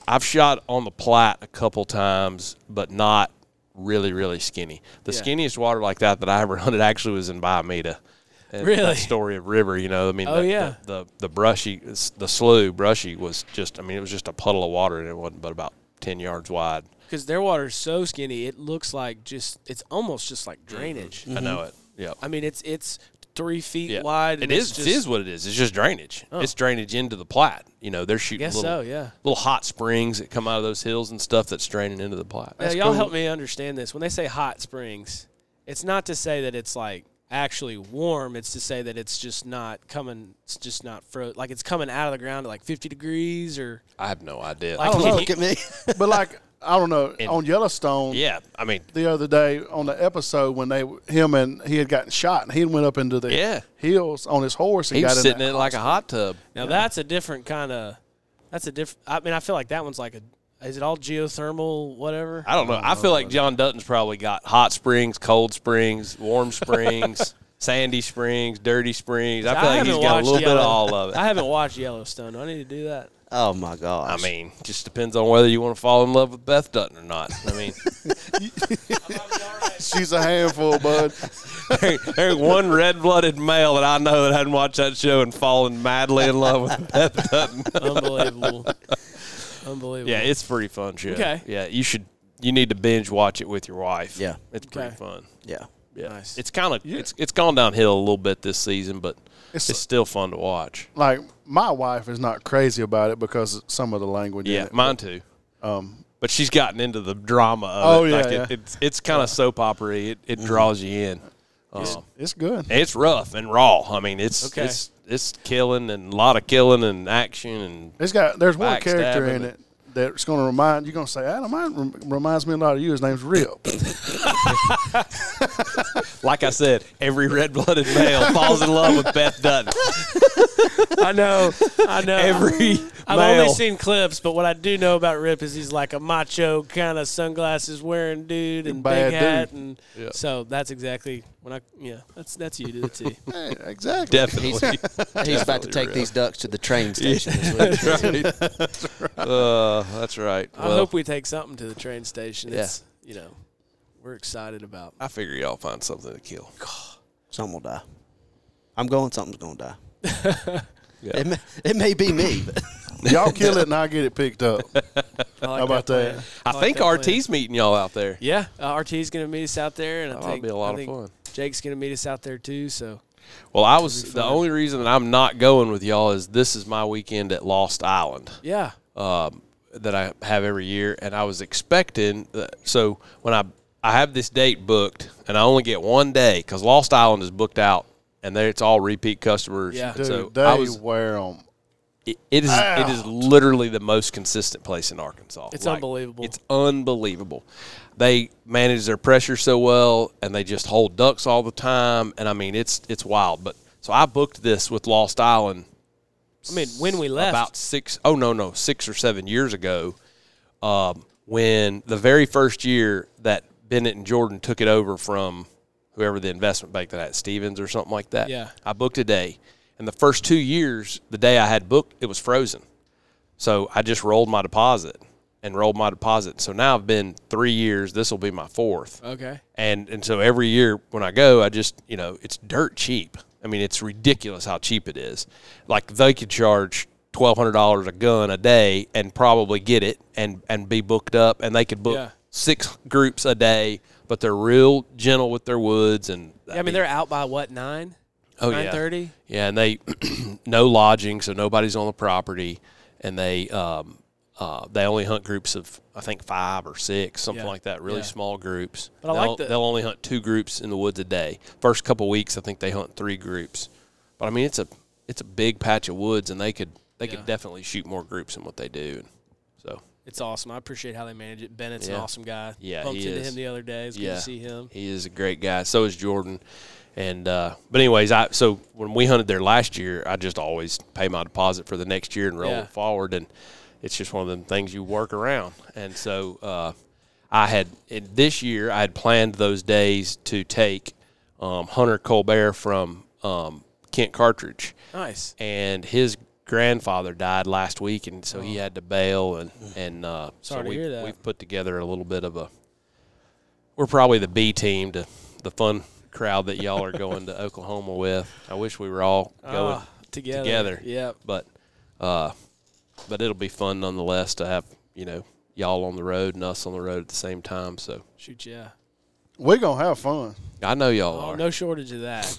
[SPEAKER 3] I've shot on the Platte a couple times, but not really, really skinny. The
[SPEAKER 2] Yeah.
[SPEAKER 3] skinniest water like that that I ever <laughs> hunted actually was in Biomeda. And that
[SPEAKER 2] Really?
[SPEAKER 3] story of river, you know. I mean,
[SPEAKER 2] Oh,
[SPEAKER 3] the,
[SPEAKER 2] yeah.
[SPEAKER 3] the, the the brushy, the slough brushy was just. I mean, it was just a puddle of water, and it wasn't but about ten yards wide.
[SPEAKER 2] Because their water's so skinny, it looks like just. It's almost just like
[SPEAKER 3] Mm-hmm.
[SPEAKER 2] drainage.
[SPEAKER 3] I know it. Yeah.
[SPEAKER 2] Mm-hmm. I mean, it's it's three feet
[SPEAKER 3] Yeah.
[SPEAKER 2] wide.
[SPEAKER 3] It
[SPEAKER 2] and
[SPEAKER 3] is.
[SPEAKER 2] It's just,
[SPEAKER 3] it is what it is. It's just drainage. It's drainage into the Platte. You know, they're shooting
[SPEAKER 2] Guess
[SPEAKER 3] little,
[SPEAKER 2] so, yeah.
[SPEAKER 3] little hot springs that come out of those hills and stuff that's draining into the Platte.
[SPEAKER 2] Now, y'all help me understand this. When they say hot springs, it's not to say that it's like actually warm. It's to say that it's just not coming. It's just not fro. Like it's coming out of the ground at like fifty degrees or.
[SPEAKER 3] I have no idea.
[SPEAKER 2] Like-
[SPEAKER 5] know.
[SPEAKER 4] Look at me. <laughs>
[SPEAKER 5] But like, I
[SPEAKER 3] <laughs>
[SPEAKER 5] don't know. on Yellowstone,
[SPEAKER 3] yeah, I mean,
[SPEAKER 5] the other day on the episode when they him and he had gotten shot and he went up into the
[SPEAKER 3] Yeah.
[SPEAKER 5] hills on his horse and
[SPEAKER 3] he
[SPEAKER 5] got
[SPEAKER 3] was sitting
[SPEAKER 5] in
[SPEAKER 3] in it like a hot tub.
[SPEAKER 2] Now that's a different kind of. That's a different. I mean, I feel like that one's like a. Is it all geothermal? Whatever.
[SPEAKER 3] I don't know. I feel like John Dutton's probably got hot springs, cold springs, <laughs> warm springs, sandy springs, dirty springs. I feel like he's
[SPEAKER 2] haven't
[SPEAKER 3] got a
[SPEAKER 2] watched
[SPEAKER 3] little bit of
[SPEAKER 2] Yellow-
[SPEAKER 3] all of <laughs> it.
[SPEAKER 2] I haven't watched Yellowstone. Do I need to do
[SPEAKER 3] <laughs>
[SPEAKER 2] that.
[SPEAKER 4] Oh my gosh.
[SPEAKER 3] I mean, just depends on whether you want to fall in love with Beth Dutton or not. I <laughs> mean,
[SPEAKER 5] <laughs> She's a handful, bud.
[SPEAKER 3] there, there ain't one red-blooded male that I know that hadn't watched that show and fallen madly in love <laughs> with Beth Dutton.
[SPEAKER 2] Unbelievable. Unbelievable.
[SPEAKER 3] Yeah, it's a pretty fun show.
[SPEAKER 2] Okay.
[SPEAKER 3] Yeah, you should. You need to binge watch it with your wife.
[SPEAKER 4] Yeah.
[SPEAKER 3] it's pretty
[SPEAKER 2] Okay.
[SPEAKER 3] fun.
[SPEAKER 4] yeah.
[SPEAKER 3] Yeah.
[SPEAKER 2] Nice.
[SPEAKER 3] It's kind of it's it's gone downhill a little bit this season, but it's, still fun to watch.
[SPEAKER 5] Like my wife is not crazy about it because of some of the language.
[SPEAKER 3] Yeah,
[SPEAKER 5] in it.
[SPEAKER 3] mine too. Um, but she's gotten into the drama
[SPEAKER 5] Oh,
[SPEAKER 3] of it.
[SPEAKER 5] yeah,
[SPEAKER 3] like
[SPEAKER 5] yeah.
[SPEAKER 3] It, it's it's kind of soap opery. It it draws you in. Um,
[SPEAKER 5] it's good.
[SPEAKER 3] it's rough and raw. I mean, it's
[SPEAKER 2] Okay.
[SPEAKER 3] it's it's killing and a lot of killing and action and
[SPEAKER 5] It's got there's one character
[SPEAKER 3] Backstabbing.
[SPEAKER 5] in it that's going to remind you're going to say Adam. Mine rem- reminds me a lot of you. His
[SPEAKER 3] <laughs>
[SPEAKER 5] name's Rip.
[SPEAKER 3] like I said, every red-blooded male falls in love with Beth Dutton.
[SPEAKER 2] I know. I know.
[SPEAKER 3] Every
[SPEAKER 2] I've
[SPEAKER 3] male.
[SPEAKER 2] only seen clips, but what I do know about Rip is he's like a macho kind of sunglasses wearing dude and
[SPEAKER 5] Bad
[SPEAKER 2] big hat,
[SPEAKER 5] dude.
[SPEAKER 2] and so that's exactly when I yeah that's that's you to
[SPEAKER 3] <laughs>
[SPEAKER 2] the T.
[SPEAKER 5] Hey, exactly.
[SPEAKER 4] He's,
[SPEAKER 3] definitely.
[SPEAKER 4] he's about to take
[SPEAKER 3] real.
[SPEAKER 4] these ducks to the train station.
[SPEAKER 3] that's right. <laughs> Uh, that's right.
[SPEAKER 2] I
[SPEAKER 3] Well,
[SPEAKER 2] hope we take something to the train station. It's you know we're excited about.
[SPEAKER 3] I figure y'all find something to kill.
[SPEAKER 4] Some will die. I'm going. Something's going to <laughs> die.
[SPEAKER 3] Yeah.
[SPEAKER 4] It, may, it may be me. But
[SPEAKER 5] Y'all kill it and I get it picked
[SPEAKER 3] <laughs>
[SPEAKER 5] up.
[SPEAKER 2] I like
[SPEAKER 5] How about
[SPEAKER 2] plan.
[SPEAKER 5] that?
[SPEAKER 3] I
[SPEAKER 2] like
[SPEAKER 3] think
[SPEAKER 2] that plan.
[SPEAKER 3] RT's meeting y'all out there.
[SPEAKER 2] Yeah, uh, RT's going to meet us out there, and I
[SPEAKER 3] That'll
[SPEAKER 2] think
[SPEAKER 3] be a lot
[SPEAKER 2] I
[SPEAKER 3] of
[SPEAKER 2] think
[SPEAKER 3] fun.
[SPEAKER 2] Jake's going to meet us out there too. So
[SPEAKER 3] Well, I was the only reason that I'm not going with y'all is this is my weekend at Lost Island
[SPEAKER 2] Yeah.
[SPEAKER 3] um, that I have every year, and I was expecting. That, so when I I have this date booked, and I only get one day because Lost Island is booked out, and there it's all repeat customers.
[SPEAKER 2] Yeah.
[SPEAKER 3] And
[SPEAKER 5] Dude,
[SPEAKER 3] so
[SPEAKER 5] they
[SPEAKER 3] I was
[SPEAKER 5] wear them.
[SPEAKER 3] it, it is it is literally the most consistent place in Arkansas.
[SPEAKER 2] It's unbelievable.
[SPEAKER 3] It's unbelievable. They manage their pressure so well, and they just hold ducks all the time. And I mean, it's it's wild. But so I booked this with Lost Island
[SPEAKER 2] I mean, when we left,
[SPEAKER 3] about six oh no no six or seven years ago um, when the very first year that Bennett and Jordan took it over from whoever the investment bank that I had Stevens or something like that.
[SPEAKER 2] Yeah.
[SPEAKER 3] I booked a day, and the first two years, the day I had booked, it was frozen, so I just rolled my deposit and rolled my deposit. So now I've been three years. This will be my fourth
[SPEAKER 2] okay.
[SPEAKER 3] and and so every year when I go, I just you know it's dirt cheap. I mean, it's ridiculous how cheap it is. Like they could charge twelve hundred dollars a gun a day and probably get it and and be booked up, and they could book
[SPEAKER 2] Yeah.
[SPEAKER 3] six groups a day, but they're real gentle with their woods and
[SPEAKER 2] Yeah, I mean, they're out by what nine?
[SPEAKER 3] oh
[SPEAKER 2] nine
[SPEAKER 3] yeah
[SPEAKER 2] thirty.
[SPEAKER 3] yeah, and they <clears throat> no lodging, so nobody's on the property, and they um, uh, they only hunt groups of I think five or six, something
[SPEAKER 2] Yeah,
[SPEAKER 3] like that, really
[SPEAKER 2] yeah.
[SPEAKER 3] small groups.
[SPEAKER 2] But I
[SPEAKER 3] they'll,
[SPEAKER 2] like the-
[SPEAKER 3] they'll only hunt two groups in the woods a day. First couple weeks, I think they hunt three groups, but I mean it's a it's a big patch of woods, and they could they
[SPEAKER 2] Yeah.
[SPEAKER 3] could definitely shoot more groups than what they do. And so
[SPEAKER 2] It's awesome. I appreciate how they manage it. Bennett's an
[SPEAKER 3] Yeah.
[SPEAKER 2] awesome guy.
[SPEAKER 3] Yeah,
[SPEAKER 2] bumped
[SPEAKER 3] he
[SPEAKER 2] into
[SPEAKER 3] is.
[SPEAKER 2] him the other day. It's good to see him.
[SPEAKER 3] He is a great guy. So is Jordan. And uh, but anyways, I so when we hunted there last year, I just always pay my deposit for the next year and roll
[SPEAKER 2] Yeah.
[SPEAKER 3] it forward, and it's just one of them things you work around. And so uh, I had in this year I had planned those days to take um, Hunter Colbert from um, Kent Cartridge,
[SPEAKER 2] Nice.
[SPEAKER 3] and his grandfather died last week, and so he had to bail. And and uh, so
[SPEAKER 2] Oh. Sorry to
[SPEAKER 3] we,
[SPEAKER 2] hear that.
[SPEAKER 3] we've put together a little bit of a. We're probably the B team to the fun crowd that y'all are going
[SPEAKER 2] <laughs>
[SPEAKER 3] to Oklahoma with. I wish we were all going
[SPEAKER 2] Ah, together.
[SPEAKER 3] together.
[SPEAKER 2] Yep.
[SPEAKER 3] but uh, but it'll be fun nonetheless to have you know y'all on the road and us on the road at the same time. So
[SPEAKER 2] Shoot, yeah.
[SPEAKER 5] We're going to have fun.
[SPEAKER 3] I know y'all
[SPEAKER 2] Oh,
[SPEAKER 3] are.
[SPEAKER 2] no shortage
[SPEAKER 3] <laughs>
[SPEAKER 2] of that.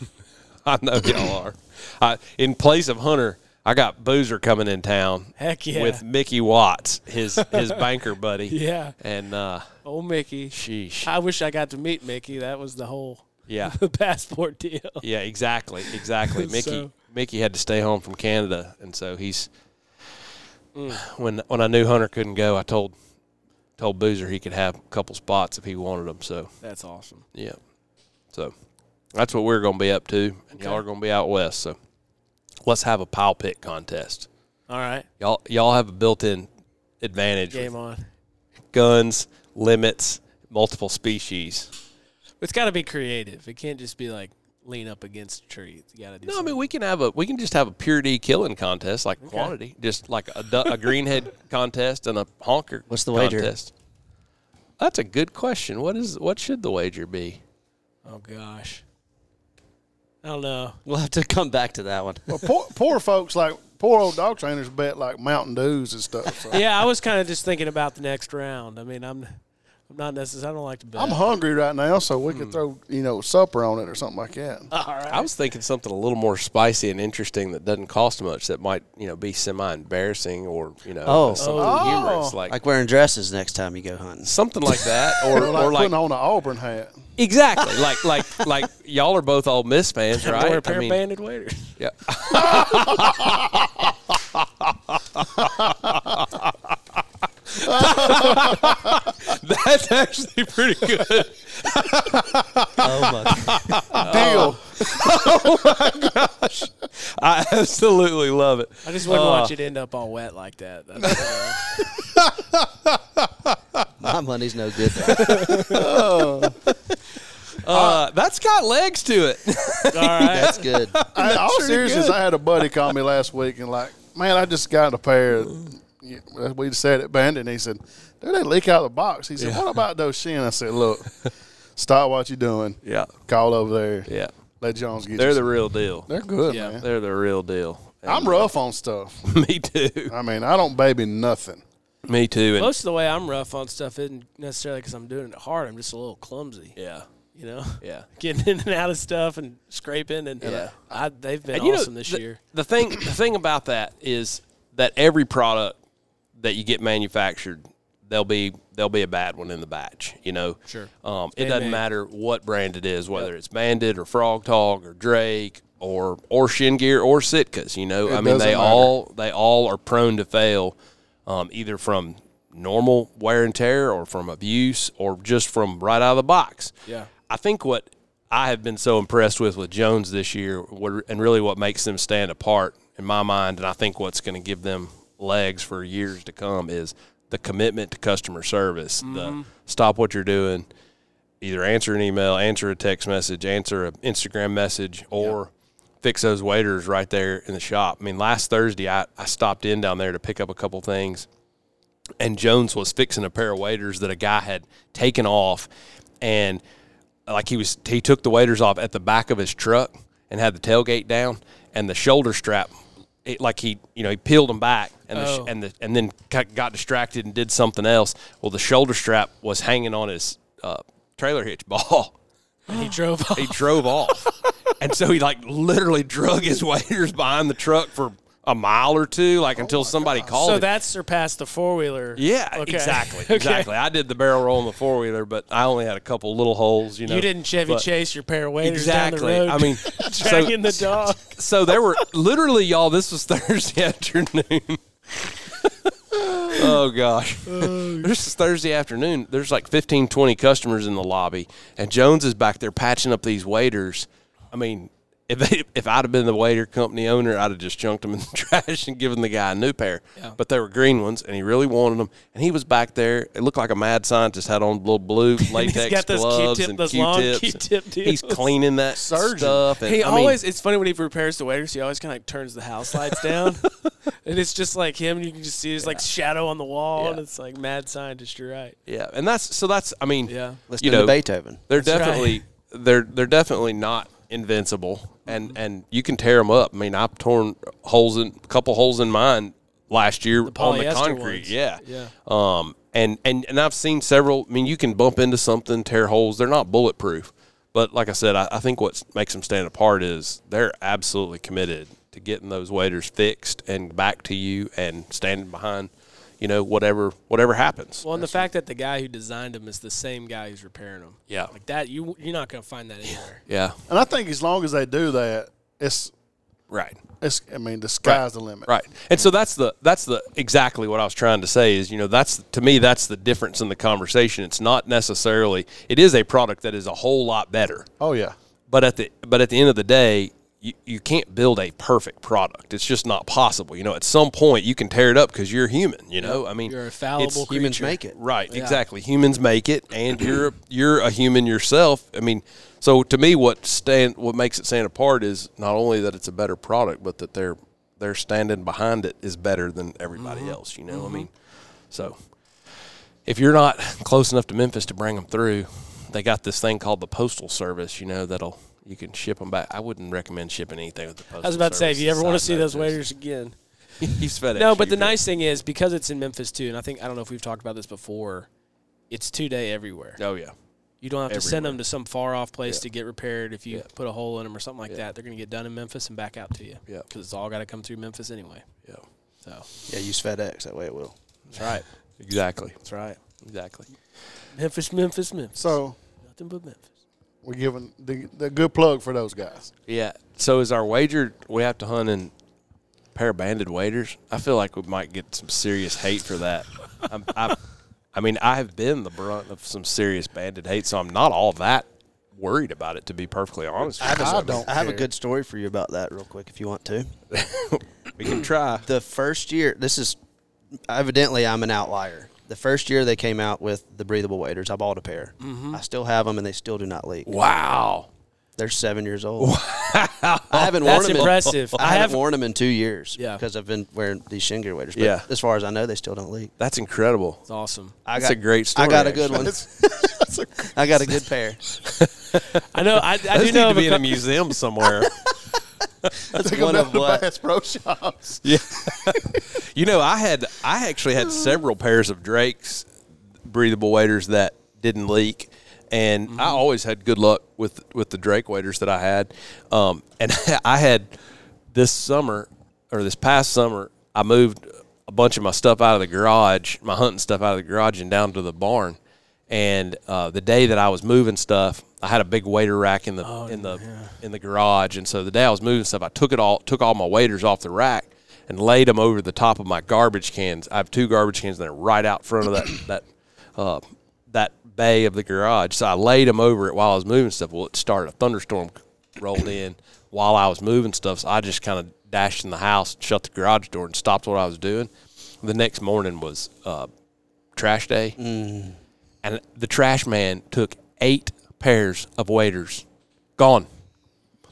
[SPEAKER 3] I know y'all are. I, in place of Hunter, I got Boozer coming in town.
[SPEAKER 2] Heck yeah.
[SPEAKER 3] With Mickey Watts, his
[SPEAKER 2] <laughs>
[SPEAKER 3] his banker buddy.
[SPEAKER 2] yeah.
[SPEAKER 3] And uh,
[SPEAKER 2] Oh, Mickey.
[SPEAKER 3] sheesh.
[SPEAKER 2] I wish I got to meet Mickey. That was the whole <laughs>
[SPEAKER 3] Yeah.
[SPEAKER 2] the passport deal.
[SPEAKER 3] Yeah. Exactly. Exactly. Mickey.
[SPEAKER 2] <laughs> So-
[SPEAKER 3] Mickey had to stay home from Canada, and so he's.
[SPEAKER 2] Mm.
[SPEAKER 3] When when I knew Hunter couldn't go, I told told Boozer he could have a couple spots if he wanted them. So
[SPEAKER 2] That's awesome.
[SPEAKER 3] yeah, so that's what we're going to be up to, and y'all are going to be out west. So let's have a pile pick contest.
[SPEAKER 2] All right.
[SPEAKER 3] Y'all y'all have a built-in advantage
[SPEAKER 2] Game
[SPEAKER 3] with
[SPEAKER 2] on.
[SPEAKER 3] guns, limits, multiple species.
[SPEAKER 2] It's got to be creative. It can't just be like lean up against a tree. You got to do
[SPEAKER 3] No, I
[SPEAKER 2] something.
[SPEAKER 3] mean we can have a we can just have a purity killing contest like quantity, just like a, du- a greenhead <laughs> contest and a honker.
[SPEAKER 4] What's the wager?
[SPEAKER 3] Contest. That's a good question. What is what should the wager be?
[SPEAKER 2] oh, gosh. I don't know.
[SPEAKER 4] <laughs> We'll have to come back to that one.
[SPEAKER 5] Well, poor, poor folks, like poor old dog trainers, bet like Mountain Dews and stuff. So.
[SPEAKER 2] Yeah, I was kind of just thinking about the next round. I mean, I'm I'm not necessarily, I don't like to bet.
[SPEAKER 5] I'm hungry right now, so we
[SPEAKER 3] Hmm.
[SPEAKER 5] could throw you know supper on it or something like that.
[SPEAKER 3] I was thinking something a little more spicy and interesting that doesn't cost much that might you know be semi embarrassing or you know
[SPEAKER 4] Oh.
[SPEAKER 3] something
[SPEAKER 5] Oh.
[SPEAKER 3] humorous like,
[SPEAKER 4] Like wearing dresses next time you go hunting.
[SPEAKER 3] something like that or
[SPEAKER 5] Or like,
[SPEAKER 3] or like
[SPEAKER 5] putting on an Auburn hat.
[SPEAKER 3] exactly like like like y'all are both old Miss fans right?
[SPEAKER 2] Or a pair of banded waiters.
[SPEAKER 3] yeah. <laughs> That's actually pretty good.
[SPEAKER 4] Oh my!
[SPEAKER 5] <laughs> Deal.
[SPEAKER 3] I absolutely love it.
[SPEAKER 2] I just wouldn't watch it end up all wet like
[SPEAKER 3] <laughs>
[SPEAKER 2] that. That's-
[SPEAKER 4] <laughs> my money's no good. <laughs> There.
[SPEAKER 3] Uh, that's got legs to it.
[SPEAKER 2] all right.
[SPEAKER 4] That's good.
[SPEAKER 5] <laughs> I, all seriousness, I had a buddy call me last week and like, man, I just got a pair. Of, yeah, we said it, Bandit, and he said, dude, they leak out of the box. He said, what about those shins? I said, look, stop what you're doing.
[SPEAKER 3] Yeah.
[SPEAKER 5] Call over there.
[SPEAKER 3] Yeah.
[SPEAKER 5] Let Jones get
[SPEAKER 3] They're
[SPEAKER 5] you
[SPEAKER 3] the
[SPEAKER 5] some-
[SPEAKER 3] real deal.
[SPEAKER 5] They're good,
[SPEAKER 2] Yeah.
[SPEAKER 5] man.
[SPEAKER 3] They're the real deal.
[SPEAKER 5] I'm rough on stuff.
[SPEAKER 3] <laughs> Me too.
[SPEAKER 5] I mean, I don't baby nothing.
[SPEAKER 3] <laughs> Me too. And
[SPEAKER 2] Most of the way I'm rough on stuff isn't necessarily because I'm doing it hard. I'm just a little clumsy.
[SPEAKER 3] yeah.
[SPEAKER 2] you know,
[SPEAKER 3] Yeah.
[SPEAKER 2] <laughs> getting in and out of stuff and scraping, and
[SPEAKER 3] Yeah.
[SPEAKER 2] I, they've been
[SPEAKER 3] And you know,
[SPEAKER 2] awesome this
[SPEAKER 3] the,
[SPEAKER 2] year.
[SPEAKER 3] The thing, <clears throat> the thing about that is that every product that you get manufactured, there'll be there'll be a bad one in the batch. You know,
[SPEAKER 2] Sure.
[SPEAKER 3] Um, it
[SPEAKER 2] Handmade.
[SPEAKER 3] doesn't matter what brand it is, whether it's Bandit or Frog Talk or Drake or or Shin Gear or Sitkas. You know, I mean,
[SPEAKER 5] doesn't
[SPEAKER 3] they
[SPEAKER 5] matter.
[SPEAKER 3] all they all are prone to fail, um, either from normal wear and tear or from abuse or just from right out of the box.
[SPEAKER 2] Yeah.
[SPEAKER 3] I think what I have been so impressed with with Jones this year, what, and really what makes them stand apart in my mind, and I think what's going to give them legs for years to come is the commitment to customer service. The stop what you're doing, either answer an email, answer a text message, answer an Instagram message, or fix those waiters right there in the shop. I mean, last Thursday I, I stopped in down there to pick up a couple things and Jones was fixing a pair of waders that a guy had taken off, and like he was, he took the waders off at the back of his truck and had the tailgate down, and the shoulder strap, it, like he, you know, he peeled them back, and the,
[SPEAKER 2] Oh.
[SPEAKER 3] sh and the and then ca- got distracted and did something else. Well, the shoulder strap was hanging on his uh, trailer hitch ball.
[SPEAKER 2] And he drove
[SPEAKER 3] <gasps>
[SPEAKER 2] off. <laughs>
[SPEAKER 3] He drove off, and so he like literally drug his <laughs> waders behind the truck for a mile or two, like until somebody called.
[SPEAKER 2] Oh So
[SPEAKER 3] him.
[SPEAKER 2] that's surpassed the four wheeler.
[SPEAKER 3] Yeah,
[SPEAKER 2] <laughs>
[SPEAKER 3] exactly, exactly. I did the barrel roll on the four wheeler, but I only had a couple little holes. You know,
[SPEAKER 2] You didn't Chevy
[SPEAKER 3] but-
[SPEAKER 2] Chase your pair of waders
[SPEAKER 3] Exactly.
[SPEAKER 2] down the <laughs> road.
[SPEAKER 3] I mean,
[SPEAKER 2] dragging
[SPEAKER 3] so,
[SPEAKER 2] the dog.
[SPEAKER 3] so there were literally y'all. This was <laughs> Thursday afternoon. oh gosh, this is Thursday afternoon. There's like 15, 20 customers in the lobby, and Jones is back there patching up these waiters. I mean. If, they, if I'd have been the waiter company owner, I'd have just chunked them in the <laughs> trash and given the guy a new pair. But they were green ones, and he really wanted them. And he was back there. It looked like a mad scientist had on little
[SPEAKER 2] <laughs>
[SPEAKER 3] blue latex
[SPEAKER 2] got those
[SPEAKER 3] gloves
[SPEAKER 2] Q-tip-
[SPEAKER 3] and
[SPEAKER 2] those long
[SPEAKER 3] Q-tips.
[SPEAKER 2] Q-tip
[SPEAKER 3] He's
[SPEAKER 2] deals.
[SPEAKER 3] cleaning that
[SPEAKER 5] Surgeon.
[SPEAKER 3] stuff. And,
[SPEAKER 2] He
[SPEAKER 3] I mean-
[SPEAKER 2] always, it's funny when he repairs the waders, he always kind of like turns the house
[SPEAKER 3] <laughs>
[SPEAKER 2] lights down. and it's just like him, and you can just see his like shadow on the wall, and
[SPEAKER 3] Yeah.
[SPEAKER 2] it's like mad scientist, you're right.
[SPEAKER 3] Yeah, and that's so that's I mean,
[SPEAKER 2] Yeah.
[SPEAKER 4] Listening
[SPEAKER 3] you know,
[SPEAKER 4] to Beethoven.
[SPEAKER 3] they're
[SPEAKER 2] right.
[SPEAKER 3] definitely they're they're definitely not invincible,
[SPEAKER 2] Mm-hmm.
[SPEAKER 3] and and you can tear them up. I mean, I've torn holes in a couple holes in mine last year on the
[SPEAKER 2] polyester
[SPEAKER 3] concrete.
[SPEAKER 2] ones.
[SPEAKER 3] Yeah,
[SPEAKER 2] Yeah.
[SPEAKER 3] Um, and and and I've seen several. I mean, you can bump into something, tear holes. They're not bulletproof, but like I said, I, I think what makes them stand apart is they're absolutely committed to getting those waiters fixed and back to you and standing behind. You know, whatever whatever happens.
[SPEAKER 2] Well, and the fact that the guy who designed him is the same guy who's repairing him.
[SPEAKER 3] Yeah.
[SPEAKER 2] Like that, you, you're not going to find that anywhere.
[SPEAKER 3] Yeah.
[SPEAKER 5] And I think as long as they do that, it's
[SPEAKER 3] Right.
[SPEAKER 5] it's. I mean, the sky's the limit.
[SPEAKER 3] Right. And so that's the that's the exactly what I was trying to say is, you know, that's to me that's the difference in the conversation. It's not necessarily it is a product that is a whole lot better.
[SPEAKER 5] Oh yeah.
[SPEAKER 3] But at the but at the end of the day, you, you can't build a perfect product. It's just not possible. You know, at some point you can tear it up because you're human, you know. I mean
[SPEAKER 2] You're a
[SPEAKER 3] it's-
[SPEAKER 2] fallible creature.
[SPEAKER 4] Humans make it.
[SPEAKER 3] Right, exactly. Humans make it, and you're you're a human yourself. I mean, so to me, what stand what makes it stand apart is not only that it's a better product, but that they're they're standing behind it is better than everybody
[SPEAKER 2] Mm-hmm.
[SPEAKER 3] else. You know, I mean, so if you're not close enough to Memphis to bring them through, they got this thing called the postal service. You know, that'll you can ship them back. I wouldn't recommend shipping anything with the postal.
[SPEAKER 2] I was about to say, if you ever want to see those
[SPEAKER 3] waiters,
[SPEAKER 2] waders again,
[SPEAKER 3] use FedEx.
[SPEAKER 2] No,
[SPEAKER 3] <laughs>
[SPEAKER 2] but
[SPEAKER 3] you
[SPEAKER 2] the
[SPEAKER 3] can-
[SPEAKER 2] nice thing is because it's in Memphis too, and I think I don't know if we've talked about this before. It's two day everywhere.
[SPEAKER 3] Oh yeah.
[SPEAKER 2] You don't have to send
[SPEAKER 3] everywhere.
[SPEAKER 2] them to some far off place to get repaired. If you put a hole in them or something like that, they're going to get done in Memphis and back out to you.
[SPEAKER 3] Yeah.
[SPEAKER 2] because it's all got to come through Memphis anyway.
[SPEAKER 3] Yeah.
[SPEAKER 2] So
[SPEAKER 4] Yeah, use FedEx. That way it will.
[SPEAKER 3] That's right. Exactly.
[SPEAKER 2] that's right.
[SPEAKER 3] Exactly.
[SPEAKER 2] Memphis, Memphis, Memphis.
[SPEAKER 5] So
[SPEAKER 2] Nothing but Memphis.
[SPEAKER 5] we're giving the, the good plug for those
[SPEAKER 4] <laughs>
[SPEAKER 5] guys.
[SPEAKER 3] Yeah. So is our wager? We have to hunt in pair of banded waders. I feel like we might get some serious hate for that. <laughs> I'm, I, I mean, I have been the brunt of some serious banded hate, so I'm not all that worried about it. To be perfectly honest, with
[SPEAKER 5] I don't.
[SPEAKER 4] I have a
[SPEAKER 5] care.
[SPEAKER 4] good story for you about that, real quick, if you want to.
[SPEAKER 3] you. we can try.
[SPEAKER 4] The first year, this is evidently I'm an outlier. The first year they came out with the breathable waders, I bought a pair.
[SPEAKER 5] Mm-hmm.
[SPEAKER 4] I still have them, and they still do not leak.
[SPEAKER 3] Wow.
[SPEAKER 4] They're seven years old. I haven't worn
[SPEAKER 2] That's
[SPEAKER 4] them.
[SPEAKER 2] impressive.
[SPEAKER 4] In, I,
[SPEAKER 2] I
[SPEAKER 4] haven't
[SPEAKER 2] have-
[SPEAKER 4] worn them in two years.
[SPEAKER 2] Yeah.
[SPEAKER 4] because I've been wearing these shin gear waders. But
[SPEAKER 3] Yeah.
[SPEAKER 4] as far as I know, they still don't leak.
[SPEAKER 3] That's incredible.
[SPEAKER 2] It's awesome.
[SPEAKER 4] I
[SPEAKER 3] That's a great
[SPEAKER 4] I got a
[SPEAKER 3] story, <laughs>
[SPEAKER 4] good one.
[SPEAKER 5] That's a-
[SPEAKER 4] I got a good pair.
[SPEAKER 2] I know. I, I
[SPEAKER 3] <laughs> Those
[SPEAKER 2] do
[SPEAKER 3] need
[SPEAKER 2] know.
[SPEAKER 3] to
[SPEAKER 2] of a
[SPEAKER 3] be in a
[SPEAKER 2] cou-
[SPEAKER 3] museum <laughs> somewhere.
[SPEAKER 5] Take
[SPEAKER 4] one
[SPEAKER 5] them
[SPEAKER 4] of
[SPEAKER 5] out to
[SPEAKER 4] what?
[SPEAKER 5] Bass Pro Shops.
[SPEAKER 3] Yeah. you know, I had I actually had several pairs of Drake's breathable waders that didn't leak, and I always had good luck with with the Drake waders that I had. Um, and <laughs> I had this summer or this past summer, I moved a bunch of my stuff out of the garage, my hunting stuff out of the garage, and down to the barn. And uh, the day that I was moving stuff, I had a big wader rack in the in the in the garage, and so the day I was moving stuff, I took it all took all my waders off the rack and laid them over the top of my garbage cans. I have two garbage cans that are right out front of that that uh, that bay of the garage. So I laid them over it while I was moving stuff. Well, it started a thunderstorm rolled in while I was moving stuff. So I just kind of dashed in the house, shut the garage door, and stopped what I was doing. The next morning was uh, trash day, and the trash man took eight pairs of waders, gone.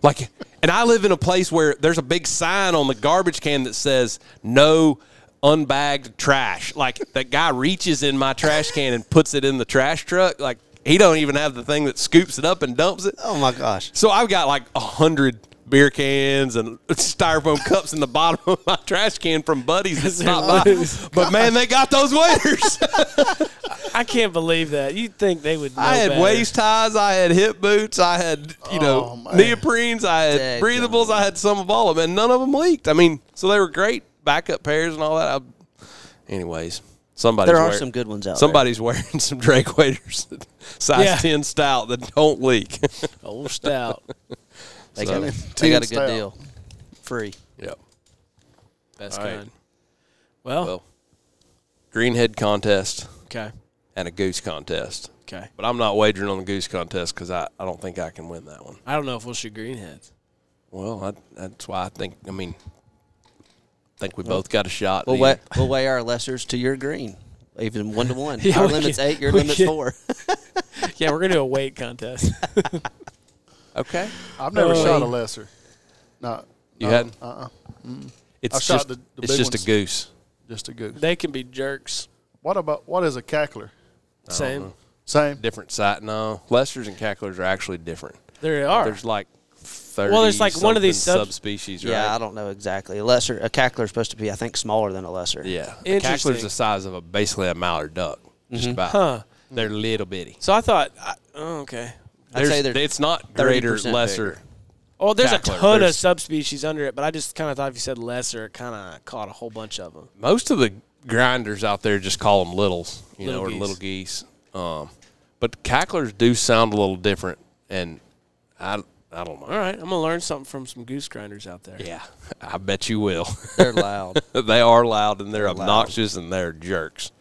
[SPEAKER 3] Like, and I live in a place where there's a big sign on the garbage can that says no unbagged trash. Like that guy reaches in my trash can and puts it in the trash truck. Like he don't even have the thing that scoops it up and dumps it.
[SPEAKER 4] <laughs> Oh my gosh.
[SPEAKER 3] So I've got like a hundred beer cans and styrofoam cups in the bottom of my trash can from buddies that stopped by. But man, they got those waiters.
[SPEAKER 2] I can't believe that. You'd think they would. Know
[SPEAKER 3] I had
[SPEAKER 2] better.
[SPEAKER 3] waist ties. I had hip boots. I had you know
[SPEAKER 5] Oh, man.
[SPEAKER 3] neoprenes. I had
[SPEAKER 4] Dadgum.
[SPEAKER 3] breathables. I had some of all of them, and none of them leaked. I mean, so they were great backup pairs and all that. I, anyways, somebody's
[SPEAKER 4] There are
[SPEAKER 3] wearing-
[SPEAKER 4] some good ones out there.
[SPEAKER 3] Somebody's wearing <laughs> some Drake waiters, size
[SPEAKER 2] Yeah.
[SPEAKER 3] ten stout that don't leak. <laughs>
[SPEAKER 2] Old Oh, stout.
[SPEAKER 4] They, got, a, <laughs> they
[SPEAKER 5] Team
[SPEAKER 4] got a good
[SPEAKER 5] style.
[SPEAKER 4] deal. Free.
[SPEAKER 3] yep.
[SPEAKER 2] Best
[SPEAKER 3] All right.
[SPEAKER 2] kind. Well,
[SPEAKER 3] Well, greenhead contest
[SPEAKER 2] okay,
[SPEAKER 3] and a goose contest.
[SPEAKER 2] okay.
[SPEAKER 3] But I'm not wagering on the goose contest because I, I don't think I can win that one.
[SPEAKER 2] I don't know if we'll shoot greenheads.
[SPEAKER 3] Well, I, that's why I think. I mean, I think we both got a shot.
[SPEAKER 4] We'll
[SPEAKER 3] Either-
[SPEAKER 4] weigh, we'll weigh our lessers to your green, even one to one.
[SPEAKER 2] <laughs> Yeah,
[SPEAKER 4] Our
[SPEAKER 2] we
[SPEAKER 4] limit's
[SPEAKER 2] can-
[SPEAKER 4] eight, your
[SPEAKER 2] we
[SPEAKER 4] limit's
[SPEAKER 2] can-
[SPEAKER 4] four.
[SPEAKER 2] Yeah, we're gonna do a weight contest. <laughs>
[SPEAKER 3] Okay.
[SPEAKER 5] I've never
[SPEAKER 2] Oh.
[SPEAKER 5] shot a lesser. No,
[SPEAKER 3] You
[SPEAKER 5] no,
[SPEAKER 3] hadn't?
[SPEAKER 5] Uh-uh.
[SPEAKER 3] It's
[SPEAKER 5] I
[SPEAKER 3] just
[SPEAKER 5] shot the- the
[SPEAKER 3] it's
[SPEAKER 5] big
[SPEAKER 3] just
[SPEAKER 5] ones.
[SPEAKER 3] a goose.
[SPEAKER 5] Just a goose.
[SPEAKER 2] they can be jerks.
[SPEAKER 5] What about what is a cackler?
[SPEAKER 2] Same.
[SPEAKER 5] Same.
[SPEAKER 3] Different site. No, Lester's and cacklers are actually different.
[SPEAKER 2] There they are.
[SPEAKER 3] There's like thirty.
[SPEAKER 2] Well, there's like one of these
[SPEAKER 3] something
[SPEAKER 2] sub-
[SPEAKER 3] subspecies, right?
[SPEAKER 4] yeah, I don't know exactly. A lesser, a cackler is supposed to be, I think, smaller than a lesser.
[SPEAKER 3] yeah. A
[SPEAKER 2] Interesting.
[SPEAKER 3] cackler's the size of a basically a mallard duck. Just about.
[SPEAKER 2] Huh.
[SPEAKER 3] They're little bitty.
[SPEAKER 2] So I thought. I, oh, okay.
[SPEAKER 4] I'd
[SPEAKER 3] There's-
[SPEAKER 4] say they're
[SPEAKER 3] it's not greater,
[SPEAKER 4] 30%
[SPEAKER 3] lesser.
[SPEAKER 4] bigger.
[SPEAKER 2] Oh, there's
[SPEAKER 3] Cackler.
[SPEAKER 2] a ton
[SPEAKER 3] There's-
[SPEAKER 2] of subspecies under it, but I just kind of thought if you said lesser, it kind of caught a whole bunch of them.
[SPEAKER 3] most of the grinders out there just call them littles, you
[SPEAKER 2] Little
[SPEAKER 3] know,
[SPEAKER 2] geese.
[SPEAKER 3] or little geese. Um, but cacklers do sound a little different, and I, I don't know.
[SPEAKER 2] All right, I'm gonna learn something from some goose grinders out there.
[SPEAKER 3] Yeah, I bet you will. <laughs>
[SPEAKER 4] They're loud.
[SPEAKER 3] they are loud and they're, obnoxious and they're jerks.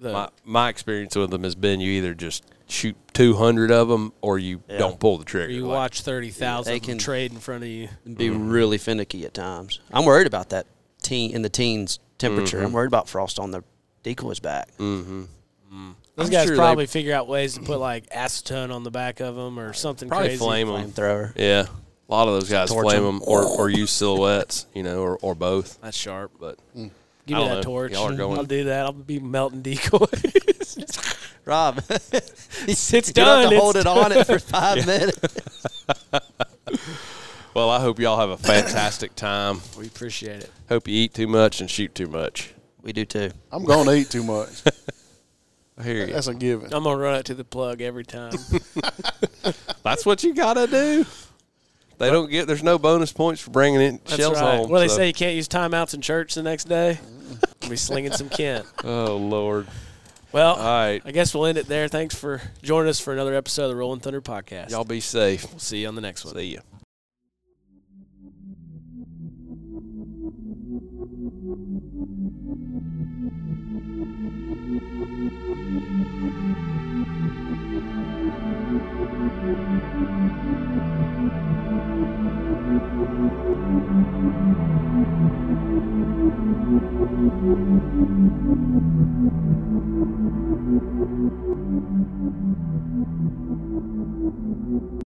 [SPEAKER 2] The-
[SPEAKER 3] My my experience with them has been you either just shoot two hundred of them or you don't pull the trigger.
[SPEAKER 2] you
[SPEAKER 3] Like,
[SPEAKER 2] watch thirty thousand
[SPEAKER 4] They
[SPEAKER 2] of them
[SPEAKER 4] can-
[SPEAKER 2] trade in front of you.
[SPEAKER 4] be
[SPEAKER 2] Mm-hmm.
[SPEAKER 4] really finicky at times. I'm worried about that teen in the teens temperature.
[SPEAKER 2] Mm-hmm.
[SPEAKER 4] I'm worried about frost on the decoys back.
[SPEAKER 2] Those
[SPEAKER 3] I'm
[SPEAKER 2] guys
[SPEAKER 3] sure they-
[SPEAKER 2] probably figure out ways to put like acetone on the back of them or something
[SPEAKER 3] probably
[SPEAKER 2] crazy.
[SPEAKER 3] flame them.
[SPEAKER 4] Flamethrower.
[SPEAKER 3] Yeah, a lot of those guys
[SPEAKER 4] Torch
[SPEAKER 3] flame
[SPEAKER 4] 'em.
[SPEAKER 3] them or, or use silhouettes, you know, or, or both.
[SPEAKER 2] That's sharp.
[SPEAKER 3] But I
[SPEAKER 2] Give me
[SPEAKER 3] don't
[SPEAKER 2] that
[SPEAKER 3] know.
[SPEAKER 2] torch.
[SPEAKER 3] Hmm. Y'all are going-
[SPEAKER 2] I'll do that. I'll be
[SPEAKER 3] <laughs>
[SPEAKER 2] melting decoys.
[SPEAKER 4] Rob, <laughs> it's
[SPEAKER 2] it's
[SPEAKER 4] you don't
[SPEAKER 2] done. <laughs>
[SPEAKER 4] have to
[SPEAKER 2] It's
[SPEAKER 4] hold it on it for five minutes.
[SPEAKER 3] well, I hope y'all have a fantastic time.
[SPEAKER 2] We appreciate it.
[SPEAKER 3] Hope you eat too much and shoot too much.
[SPEAKER 4] We do too.
[SPEAKER 5] I'm gonna eat
[SPEAKER 3] <laughs>
[SPEAKER 5] too much.
[SPEAKER 3] I hear you.
[SPEAKER 5] That's a given.
[SPEAKER 2] I'm gonna run it to the plug
[SPEAKER 3] <laughs>
[SPEAKER 2] every time.
[SPEAKER 3] That's what you gotta do. They don't get. There's no bonus points for bringing in
[SPEAKER 2] That's
[SPEAKER 3] shells
[SPEAKER 2] right.
[SPEAKER 3] home.
[SPEAKER 2] Well, they
[SPEAKER 3] so- Mm.
[SPEAKER 2] say you can't use timeouts in church the next day. We'll be slinging some Kent.
[SPEAKER 3] Oh Lord.
[SPEAKER 2] Well,
[SPEAKER 3] All right.
[SPEAKER 2] I guess we'll end it there. Thanks for joining us for another episode of the Rolling Thunder podcast.
[SPEAKER 3] Y'all be safe.
[SPEAKER 2] we'll see you on the next one.
[SPEAKER 3] See ya.